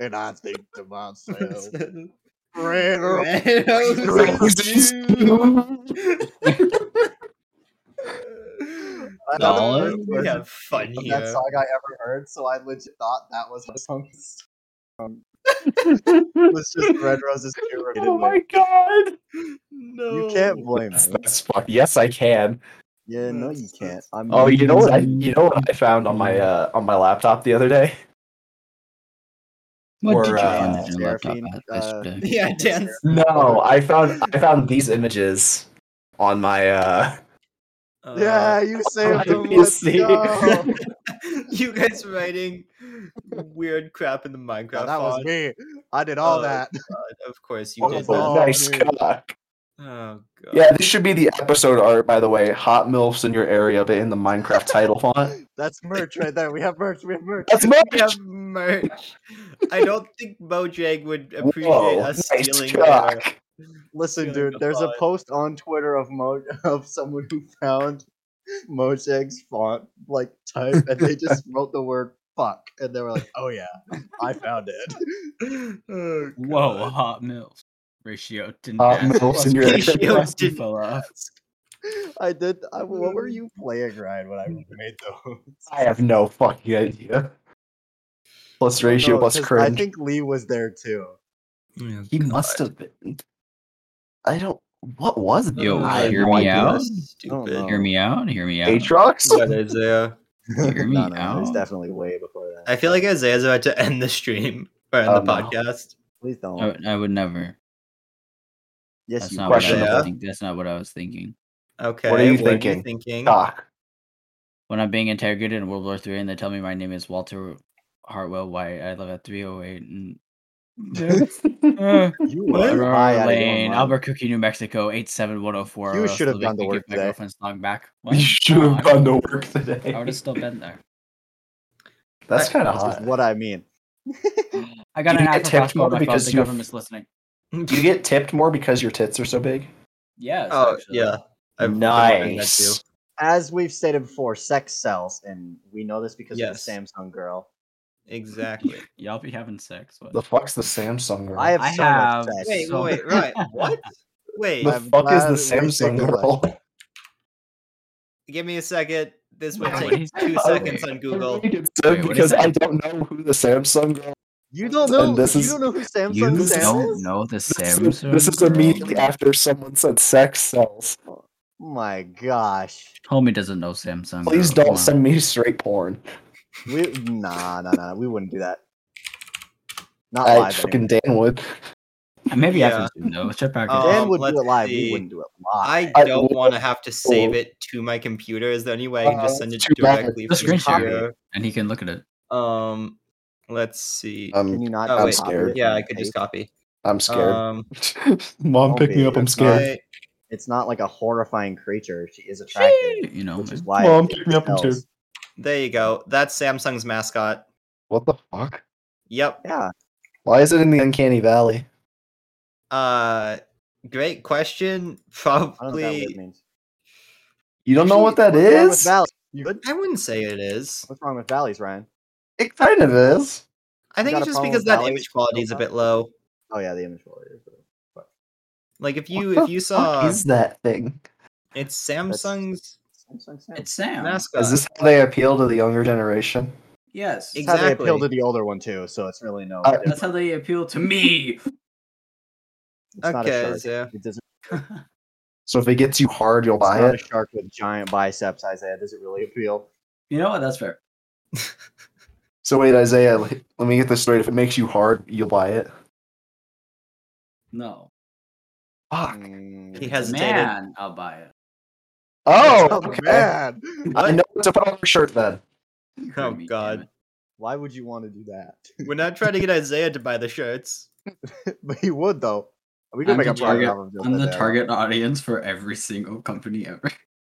[SPEAKER 2] And I think to myself,
[SPEAKER 1] Red
[SPEAKER 2] red roses.
[SPEAKER 1] Roses too.
[SPEAKER 2] I don't know
[SPEAKER 3] Dollar?
[SPEAKER 1] Dollar?
[SPEAKER 2] the
[SPEAKER 1] We
[SPEAKER 2] version
[SPEAKER 1] have fun
[SPEAKER 2] of
[SPEAKER 1] here.
[SPEAKER 2] that song I ever heard, so I legit thought that was a song. Um, it was just Red Roses too.
[SPEAKER 4] oh
[SPEAKER 2] repeatedly.
[SPEAKER 4] my god.
[SPEAKER 1] No.
[SPEAKER 2] You can't blame
[SPEAKER 4] That's,
[SPEAKER 2] me.
[SPEAKER 4] that's fu- yes, I can.
[SPEAKER 2] Yeah, no, you
[SPEAKER 1] That's-
[SPEAKER 2] can't.
[SPEAKER 1] that's-
[SPEAKER 2] I'm
[SPEAKER 4] Oh, you know what I
[SPEAKER 1] Mm.
[SPEAKER 4] you know what I found on my uh, on my laptop the other day?
[SPEAKER 3] What
[SPEAKER 4] Or,
[SPEAKER 3] did you find
[SPEAKER 2] uh,
[SPEAKER 3] in your laptop
[SPEAKER 2] Seraphine,
[SPEAKER 3] at
[SPEAKER 2] uh,
[SPEAKER 3] yesterday?
[SPEAKER 1] Yeah, dance.
[SPEAKER 4] No, Oh, I found I found these images on my uh
[SPEAKER 1] Uh,
[SPEAKER 2] Yeah, you saved
[SPEAKER 4] you
[SPEAKER 2] him. Let's
[SPEAKER 4] see.
[SPEAKER 2] go.
[SPEAKER 1] you guys writing weird crap in the Minecraft
[SPEAKER 2] Yeah, that was
[SPEAKER 1] font.
[SPEAKER 2] me. I did all
[SPEAKER 4] Uh,
[SPEAKER 1] Oh,
[SPEAKER 2] that.
[SPEAKER 1] Of course you
[SPEAKER 4] oh,
[SPEAKER 1] did.
[SPEAKER 2] no.
[SPEAKER 1] That.
[SPEAKER 4] nice
[SPEAKER 2] dude.
[SPEAKER 4] cock.
[SPEAKER 1] Oh god.
[SPEAKER 4] Yeah, this should be the episode art, by the way. Hot MILFs in your area, but in the Minecraft title font.
[SPEAKER 2] That's merch right there. We have merch. We have merch.
[SPEAKER 4] That's my
[SPEAKER 1] We have merch. I don't think Mojang would appreciate
[SPEAKER 4] Whoa,
[SPEAKER 1] us
[SPEAKER 4] nice
[SPEAKER 1] stealing
[SPEAKER 4] cock.
[SPEAKER 1] their-
[SPEAKER 2] Listen,
[SPEAKER 1] Feeling
[SPEAKER 2] dude. There's a
[SPEAKER 1] justified.
[SPEAKER 2] post on Twitter of Mo of someone who found Mojang's font like type, and they just wrote the word "fuck," and they were like, "Oh yeah, I found it."
[SPEAKER 1] Oh,
[SPEAKER 3] Whoa,
[SPEAKER 1] God.
[SPEAKER 3] hot mills. Ratio didn't
[SPEAKER 4] Hot
[SPEAKER 3] pass.
[SPEAKER 4] milfs in your
[SPEAKER 3] Plus-
[SPEAKER 1] area.
[SPEAKER 3] plus you
[SPEAKER 1] Didn't
[SPEAKER 3] fell off.
[SPEAKER 2] I did. I, what were you playing, Ryan, when I made those?
[SPEAKER 4] I have no fucking idea. Plus ratio,
[SPEAKER 2] No,
[SPEAKER 4] plus
[SPEAKER 2] 'cause I
[SPEAKER 4] cringe.
[SPEAKER 2] think Lee was there too.
[SPEAKER 4] he must have been. I don't. What was that?
[SPEAKER 3] Yo,
[SPEAKER 4] I have
[SPEAKER 3] hear
[SPEAKER 4] no
[SPEAKER 3] me
[SPEAKER 4] idea.
[SPEAKER 3] out.
[SPEAKER 1] Stupid.
[SPEAKER 2] know.
[SPEAKER 3] Hear me out. Hear me out.
[SPEAKER 4] Aatrox?
[SPEAKER 1] What is there?
[SPEAKER 3] Hear me
[SPEAKER 2] no, no, no, it was
[SPEAKER 3] out.
[SPEAKER 2] definitely way before that.
[SPEAKER 1] I feel like Isaiah's about to end the stream or end
[SPEAKER 4] Oh,
[SPEAKER 1] the
[SPEAKER 4] no.
[SPEAKER 1] podcast.
[SPEAKER 2] Please don't.
[SPEAKER 3] I, would- I would never.
[SPEAKER 2] yes,
[SPEAKER 3] Oh, That's
[SPEAKER 2] you
[SPEAKER 3] not what I
[SPEAKER 4] questionable.
[SPEAKER 3] was thinking. That's not what I was thinking.
[SPEAKER 1] Okay.
[SPEAKER 4] you thinking?
[SPEAKER 1] thinking?
[SPEAKER 4] Cock.
[SPEAKER 3] When I'm being interrogated in World War Three, and they tell me my name is Walter Hartwell White, I live at 308 and Uh,
[SPEAKER 2] You
[SPEAKER 1] What?
[SPEAKER 2] were high out of your
[SPEAKER 3] Lane,
[SPEAKER 2] mind.
[SPEAKER 3] Albuquerque, New Mexico, 87104.
[SPEAKER 2] You
[SPEAKER 3] or else
[SPEAKER 2] should have
[SPEAKER 3] they'll make
[SPEAKER 2] gone to
[SPEAKER 3] me give
[SPEAKER 2] work
[SPEAKER 3] my
[SPEAKER 2] today.
[SPEAKER 3] girlfriend's song back. What?
[SPEAKER 4] You should
[SPEAKER 3] No,
[SPEAKER 4] have
[SPEAKER 3] I-
[SPEAKER 4] gone to work today.
[SPEAKER 3] I would have still been there.
[SPEAKER 4] That's kind of
[SPEAKER 2] This is
[SPEAKER 4] hot.
[SPEAKER 2] what I mean.
[SPEAKER 3] I got an
[SPEAKER 4] You get
[SPEAKER 3] Apple
[SPEAKER 4] tipped
[SPEAKER 3] Watch on
[SPEAKER 4] more
[SPEAKER 3] my phone.
[SPEAKER 4] because
[SPEAKER 3] The
[SPEAKER 4] you have-
[SPEAKER 3] government's listening.
[SPEAKER 4] Do you get tipped more because your tits are so big?
[SPEAKER 3] Yes.
[SPEAKER 1] Oh
[SPEAKER 3] actually.
[SPEAKER 1] yeah. been wondering that too.
[SPEAKER 4] nice.
[SPEAKER 2] As we've stated before, sex sells, and we know this because
[SPEAKER 1] Yes.
[SPEAKER 2] of the Samsung girl.
[SPEAKER 1] Exactly.
[SPEAKER 3] Y'all be having sex. What?
[SPEAKER 4] The fuck's the Samsung girl?
[SPEAKER 2] I have
[SPEAKER 3] I
[SPEAKER 2] so
[SPEAKER 3] have-
[SPEAKER 2] much sex.
[SPEAKER 1] wait,
[SPEAKER 3] So-
[SPEAKER 1] wait, right. What? Wait.
[SPEAKER 4] the
[SPEAKER 2] I'm
[SPEAKER 4] fuck
[SPEAKER 2] glad
[SPEAKER 4] is the
[SPEAKER 2] we took
[SPEAKER 4] Samsung
[SPEAKER 2] it
[SPEAKER 4] girl?
[SPEAKER 1] Give me a second. This will
[SPEAKER 3] Wait,
[SPEAKER 1] take
[SPEAKER 3] wait.
[SPEAKER 1] two
[SPEAKER 3] Oh,
[SPEAKER 1] seconds
[SPEAKER 3] wait.
[SPEAKER 1] on Google.
[SPEAKER 4] Wait, it's
[SPEAKER 3] Wait, what is
[SPEAKER 4] because
[SPEAKER 3] that?
[SPEAKER 4] I don't know who the Samsung girl
[SPEAKER 2] You don't know.
[SPEAKER 4] And this
[SPEAKER 2] you
[SPEAKER 4] is-
[SPEAKER 2] don't know who Samsung
[SPEAKER 3] You
[SPEAKER 2] sells.
[SPEAKER 3] don't know the
[SPEAKER 4] This
[SPEAKER 3] Samsung.
[SPEAKER 4] is- This is
[SPEAKER 3] girl?
[SPEAKER 4] immediately after someone said sex sells.
[SPEAKER 2] My gosh.
[SPEAKER 3] Homie doesn't know Samsung.
[SPEAKER 4] Please
[SPEAKER 3] girl, come
[SPEAKER 4] don't
[SPEAKER 3] on.
[SPEAKER 4] send me straight porn.
[SPEAKER 2] We nah nah nah. We wouldn't do that. Not
[SPEAKER 4] I
[SPEAKER 2] live.
[SPEAKER 4] fucking Dan would.
[SPEAKER 3] Maybe
[SPEAKER 1] Yeah.
[SPEAKER 3] after soon though. Check back.
[SPEAKER 1] Oh,
[SPEAKER 2] anyway.
[SPEAKER 3] in.
[SPEAKER 2] Dan
[SPEAKER 1] Um,
[SPEAKER 2] would
[SPEAKER 1] let's
[SPEAKER 2] do it live.
[SPEAKER 1] see.
[SPEAKER 2] We wouldn't do it live.
[SPEAKER 1] I
[SPEAKER 4] I-
[SPEAKER 1] don't want to have to save it to my computer. Is there any way I can
[SPEAKER 4] Uh,
[SPEAKER 1] just send it
[SPEAKER 4] too bad.
[SPEAKER 1] directly
[SPEAKER 3] Just
[SPEAKER 1] from
[SPEAKER 3] screenshot
[SPEAKER 1] here?
[SPEAKER 3] and he can look at it.
[SPEAKER 1] Um, let's see.
[SPEAKER 2] Can
[SPEAKER 4] I'm,
[SPEAKER 2] you not?
[SPEAKER 1] oh
[SPEAKER 4] I'm
[SPEAKER 1] wait,
[SPEAKER 2] copy
[SPEAKER 4] scared.
[SPEAKER 2] it
[SPEAKER 1] yeah,
[SPEAKER 2] and
[SPEAKER 1] I could just
[SPEAKER 2] paste?
[SPEAKER 1] copy.
[SPEAKER 4] I'm scared.
[SPEAKER 1] Um,
[SPEAKER 4] Mom,
[SPEAKER 2] don't
[SPEAKER 4] pick
[SPEAKER 2] be.
[SPEAKER 4] me up. I'm
[SPEAKER 2] That's
[SPEAKER 4] scared.
[SPEAKER 1] I,
[SPEAKER 2] It's not like a horrifying creature. She is attractive,
[SPEAKER 3] You know,
[SPEAKER 2] which is
[SPEAKER 3] man.
[SPEAKER 2] why.
[SPEAKER 4] Mom,
[SPEAKER 2] it
[SPEAKER 4] pick me up from
[SPEAKER 2] sells.
[SPEAKER 1] there you go. That's Samsung's mascot.
[SPEAKER 4] What the fuck?
[SPEAKER 1] Yep.
[SPEAKER 2] Yeah,
[SPEAKER 4] Why is it in the Uncanny Valley?
[SPEAKER 1] Uh, great question.
[SPEAKER 2] I don't know what that
[SPEAKER 1] Probably.
[SPEAKER 2] word means.
[SPEAKER 4] You don't know what that
[SPEAKER 2] What's wrong with
[SPEAKER 4] is?
[SPEAKER 2] valleys? You good?
[SPEAKER 1] I wouldn't say it is.
[SPEAKER 2] What's wrong with valleys, Ryan?
[SPEAKER 4] It kind of is.
[SPEAKER 1] I think
[SPEAKER 2] got
[SPEAKER 1] it's
[SPEAKER 2] a
[SPEAKER 1] just
[SPEAKER 2] problem
[SPEAKER 1] because
[SPEAKER 2] with
[SPEAKER 1] that
[SPEAKER 2] valleys?
[SPEAKER 1] image quality is a bit low.
[SPEAKER 2] Oh yeah, the image quality. is good.
[SPEAKER 1] Like if you
[SPEAKER 4] What
[SPEAKER 1] if
[SPEAKER 4] the
[SPEAKER 1] you
[SPEAKER 4] fuck
[SPEAKER 1] saw
[SPEAKER 4] is that thing?
[SPEAKER 1] it's Samsung's
[SPEAKER 2] Samsung Sam.
[SPEAKER 3] It's Sam.
[SPEAKER 1] mascot.
[SPEAKER 4] Is this how they appeal to the younger generation?
[SPEAKER 3] yes.
[SPEAKER 1] Ex-
[SPEAKER 2] That's how they appeal
[SPEAKER 1] exactly.
[SPEAKER 2] to the older one too, so it's really no.
[SPEAKER 4] Uh,
[SPEAKER 2] different.
[SPEAKER 3] That's how they appeal to me.
[SPEAKER 2] it's not a
[SPEAKER 1] okay,
[SPEAKER 2] shark.
[SPEAKER 1] so
[SPEAKER 2] It doesn't.
[SPEAKER 4] So if it gets you hard, you'll
[SPEAKER 2] It's
[SPEAKER 4] buy
[SPEAKER 2] not a
[SPEAKER 4] it.
[SPEAKER 2] shark with giant biceps, Isaiah. Does it really appeal?
[SPEAKER 3] you know what? That's fair.
[SPEAKER 4] So wait, Isaiah, let let me get this straight. If it makes you hard, you'll buy it.
[SPEAKER 3] No.
[SPEAKER 4] Fuck.
[SPEAKER 2] Mm,
[SPEAKER 1] he hesitated.
[SPEAKER 3] Man, I'll buy it.
[SPEAKER 4] Oh,
[SPEAKER 2] Oh,
[SPEAKER 4] okay.
[SPEAKER 2] man.
[SPEAKER 4] I know what to put on your shirt then.
[SPEAKER 3] You
[SPEAKER 1] Oh,
[SPEAKER 3] heard me, damn
[SPEAKER 1] God.
[SPEAKER 3] it.
[SPEAKER 2] Why would you want to do that?
[SPEAKER 1] We're not trying to get Isaiah to buy the shirts.
[SPEAKER 2] but he would though. We could
[SPEAKER 3] I'm
[SPEAKER 2] make
[SPEAKER 3] the
[SPEAKER 2] a profit
[SPEAKER 3] target-
[SPEAKER 2] off of just
[SPEAKER 3] I'm the
[SPEAKER 2] that.
[SPEAKER 3] target audience for every single company ever.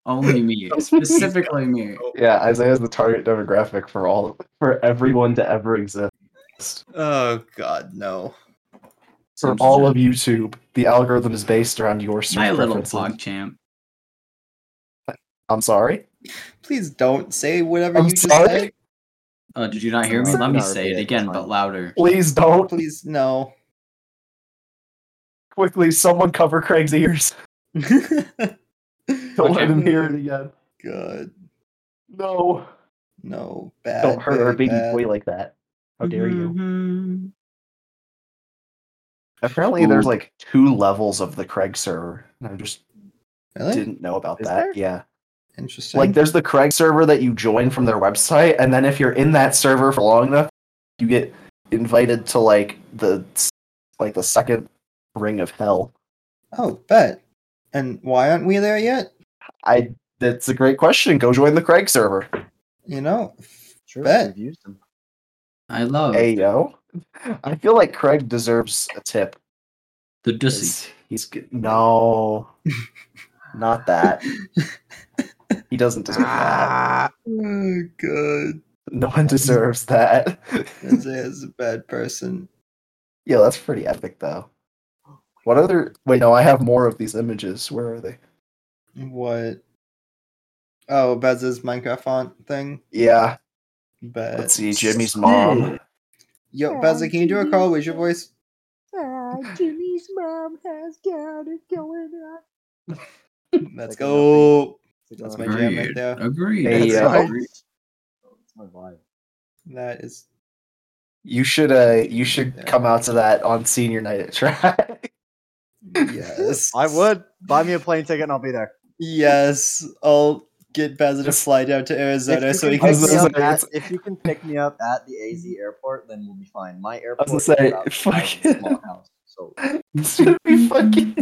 [SPEAKER 3] Only me. Specifically me.
[SPEAKER 4] Yeah, Isaiah's the target demographic for all for everyone to ever exist.
[SPEAKER 1] Oh God, no.
[SPEAKER 4] For all of YouTube, the algorithm is based around your search
[SPEAKER 3] My little
[SPEAKER 4] preferences.
[SPEAKER 3] pog champ.
[SPEAKER 4] I'm sorry.
[SPEAKER 1] Please don't say whatever
[SPEAKER 4] I'm
[SPEAKER 1] you just
[SPEAKER 4] sorry?
[SPEAKER 1] said.
[SPEAKER 3] Oh, did you not hear me?
[SPEAKER 2] Sorry,
[SPEAKER 3] Let me
[SPEAKER 2] not
[SPEAKER 3] say it
[SPEAKER 2] repeated,
[SPEAKER 3] again,
[SPEAKER 2] it's
[SPEAKER 3] but
[SPEAKER 2] fine.
[SPEAKER 3] louder.
[SPEAKER 4] Please don't.
[SPEAKER 1] Please no.
[SPEAKER 4] Quickly, someone cover Craig's ears. Don't let him hear it again.
[SPEAKER 1] God,
[SPEAKER 4] No.
[SPEAKER 1] no. Bad.
[SPEAKER 4] Don't hurt our
[SPEAKER 1] very
[SPEAKER 4] baby
[SPEAKER 1] bad. Mm-hmm.
[SPEAKER 4] boy like that. How dare you? Mm-hmm.
[SPEAKER 3] Mhm.
[SPEAKER 4] Apparently, there's like two levels of the Craig server. and I just
[SPEAKER 1] Really?
[SPEAKER 4] didn't know about
[SPEAKER 2] Is
[SPEAKER 4] that.
[SPEAKER 2] there?
[SPEAKER 4] Yeah.
[SPEAKER 1] Interesting.
[SPEAKER 4] Like, there's the Craig server that you join from their website, and then if you're in that server for long enough, you get invited to like the like the second ring of hell.
[SPEAKER 1] oh, bet. And why aren't we there yet?
[SPEAKER 4] I. That's a great question. Go join the Craig server.
[SPEAKER 1] You know,
[SPEAKER 2] Sure,
[SPEAKER 1] Bet.
[SPEAKER 2] we've used them.
[SPEAKER 3] I love
[SPEAKER 4] Hey yo, I feel like Craig deserves a tip.
[SPEAKER 3] the dussy.
[SPEAKER 4] He's, he's g- no, not that. He doesn't deserve that.
[SPEAKER 1] Oh god,
[SPEAKER 4] No one deserves that.
[SPEAKER 1] Isaiah's a bad person.
[SPEAKER 4] yeah, that's pretty epic though. What other? Wait, no, I have more of these images. Where are they?
[SPEAKER 1] What? Oh, Bez's Minecraft font thing.
[SPEAKER 4] Yeah,
[SPEAKER 1] Bet.
[SPEAKER 4] let's see. Jimmy's mom.
[SPEAKER 1] Yo, Bez, can you do a call? Where's your voice?
[SPEAKER 7] Jimmy's mom has got it going on.
[SPEAKER 1] Let's
[SPEAKER 2] Like a
[SPEAKER 1] go.
[SPEAKER 2] It's
[SPEAKER 1] That's
[SPEAKER 2] like,
[SPEAKER 1] my jam right
[SPEAKER 3] Agreed.
[SPEAKER 1] there.
[SPEAKER 3] Agreed.
[SPEAKER 4] Hey,
[SPEAKER 1] That's
[SPEAKER 4] uh,
[SPEAKER 1] right.
[SPEAKER 2] oh, It's my vibe.
[SPEAKER 1] That is.
[SPEAKER 4] You should. Uh, you should come out to that on senior night at track.
[SPEAKER 1] Yes.
[SPEAKER 2] I would buy me a plane ticket and I'll be there.
[SPEAKER 1] Yes. I'll get Bez to fly down to Arizona
[SPEAKER 2] If
[SPEAKER 1] so
[SPEAKER 2] you
[SPEAKER 1] he
[SPEAKER 2] can
[SPEAKER 4] I
[SPEAKER 1] can
[SPEAKER 4] was
[SPEAKER 2] pick me
[SPEAKER 4] gonna
[SPEAKER 1] see.
[SPEAKER 2] up
[SPEAKER 4] say,
[SPEAKER 2] at-
[SPEAKER 4] it's-
[SPEAKER 2] If you can pick me up at the AZ airport, then we'll be fine. My airport.
[SPEAKER 4] was gonna
[SPEAKER 2] is
[SPEAKER 4] say,
[SPEAKER 2] about
[SPEAKER 4] fuck
[SPEAKER 2] 5,000
[SPEAKER 4] it.
[SPEAKER 2] small house, so
[SPEAKER 4] It's gonna be fucking.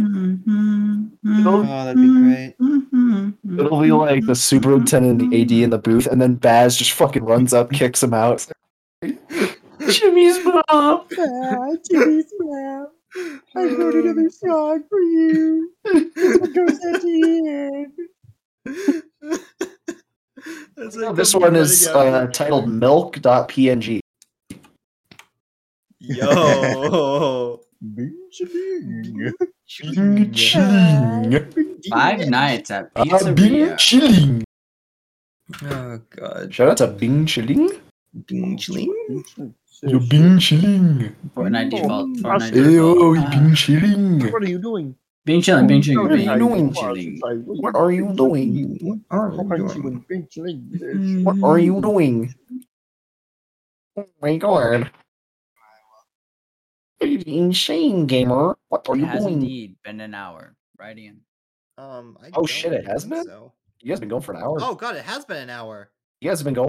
[SPEAKER 1] Oh,
[SPEAKER 4] It'll,
[SPEAKER 1] that'd be great.
[SPEAKER 4] it'll be like the superintendent, and the AD in the booth, and then Baz just fucking runs up, kicks him out. Jimmy's mom.
[SPEAKER 7] Ah, Jimmy's mom. I wrote another song for you. This one goes out to Ian.
[SPEAKER 1] That's
[SPEAKER 4] No,
[SPEAKER 1] like
[SPEAKER 4] this
[SPEAKER 1] the
[SPEAKER 4] one is
[SPEAKER 1] running out.
[SPEAKER 4] uh, titled milk.png.
[SPEAKER 1] Yo.
[SPEAKER 3] Five nights at Pizzeria.
[SPEAKER 4] Chilling.
[SPEAKER 1] Oh god.
[SPEAKER 4] Shout out to Bing Chilling.
[SPEAKER 1] Bing chling.
[SPEAKER 4] Yo, Bing Chilling.
[SPEAKER 3] Fortnite default. Fortnite
[SPEAKER 4] Hey, oh,
[SPEAKER 3] default.
[SPEAKER 4] Bing Chilling.
[SPEAKER 7] are you doing?
[SPEAKER 3] Being chilling, being chilling,
[SPEAKER 4] What are
[SPEAKER 3] being
[SPEAKER 4] you doing?
[SPEAKER 3] chilling.
[SPEAKER 4] What are you doing?
[SPEAKER 1] What are you doing?
[SPEAKER 4] What are
[SPEAKER 3] Mm.
[SPEAKER 4] you doing? Oh my god. It's insane, gamer. What are
[SPEAKER 3] It
[SPEAKER 4] you
[SPEAKER 3] has
[SPEAKER 4] doing?
[SPEAKER 3] indeed been an hour. Right in.
[SPEAKER 1] Um, I
[SPEAKER 4] Oh,
[SPEAKER 1] don't
[SPEAKER 4] shit, it has
[SPEAKER 1] think
[SPEAKER 4] been?
[SPEAKER 1] So.
[SPEAKER 4] You guys have been going for an hour.
[SPEAKER 1] Oh god, it has been an hour.
[SPEAKER 4] You guys have been going.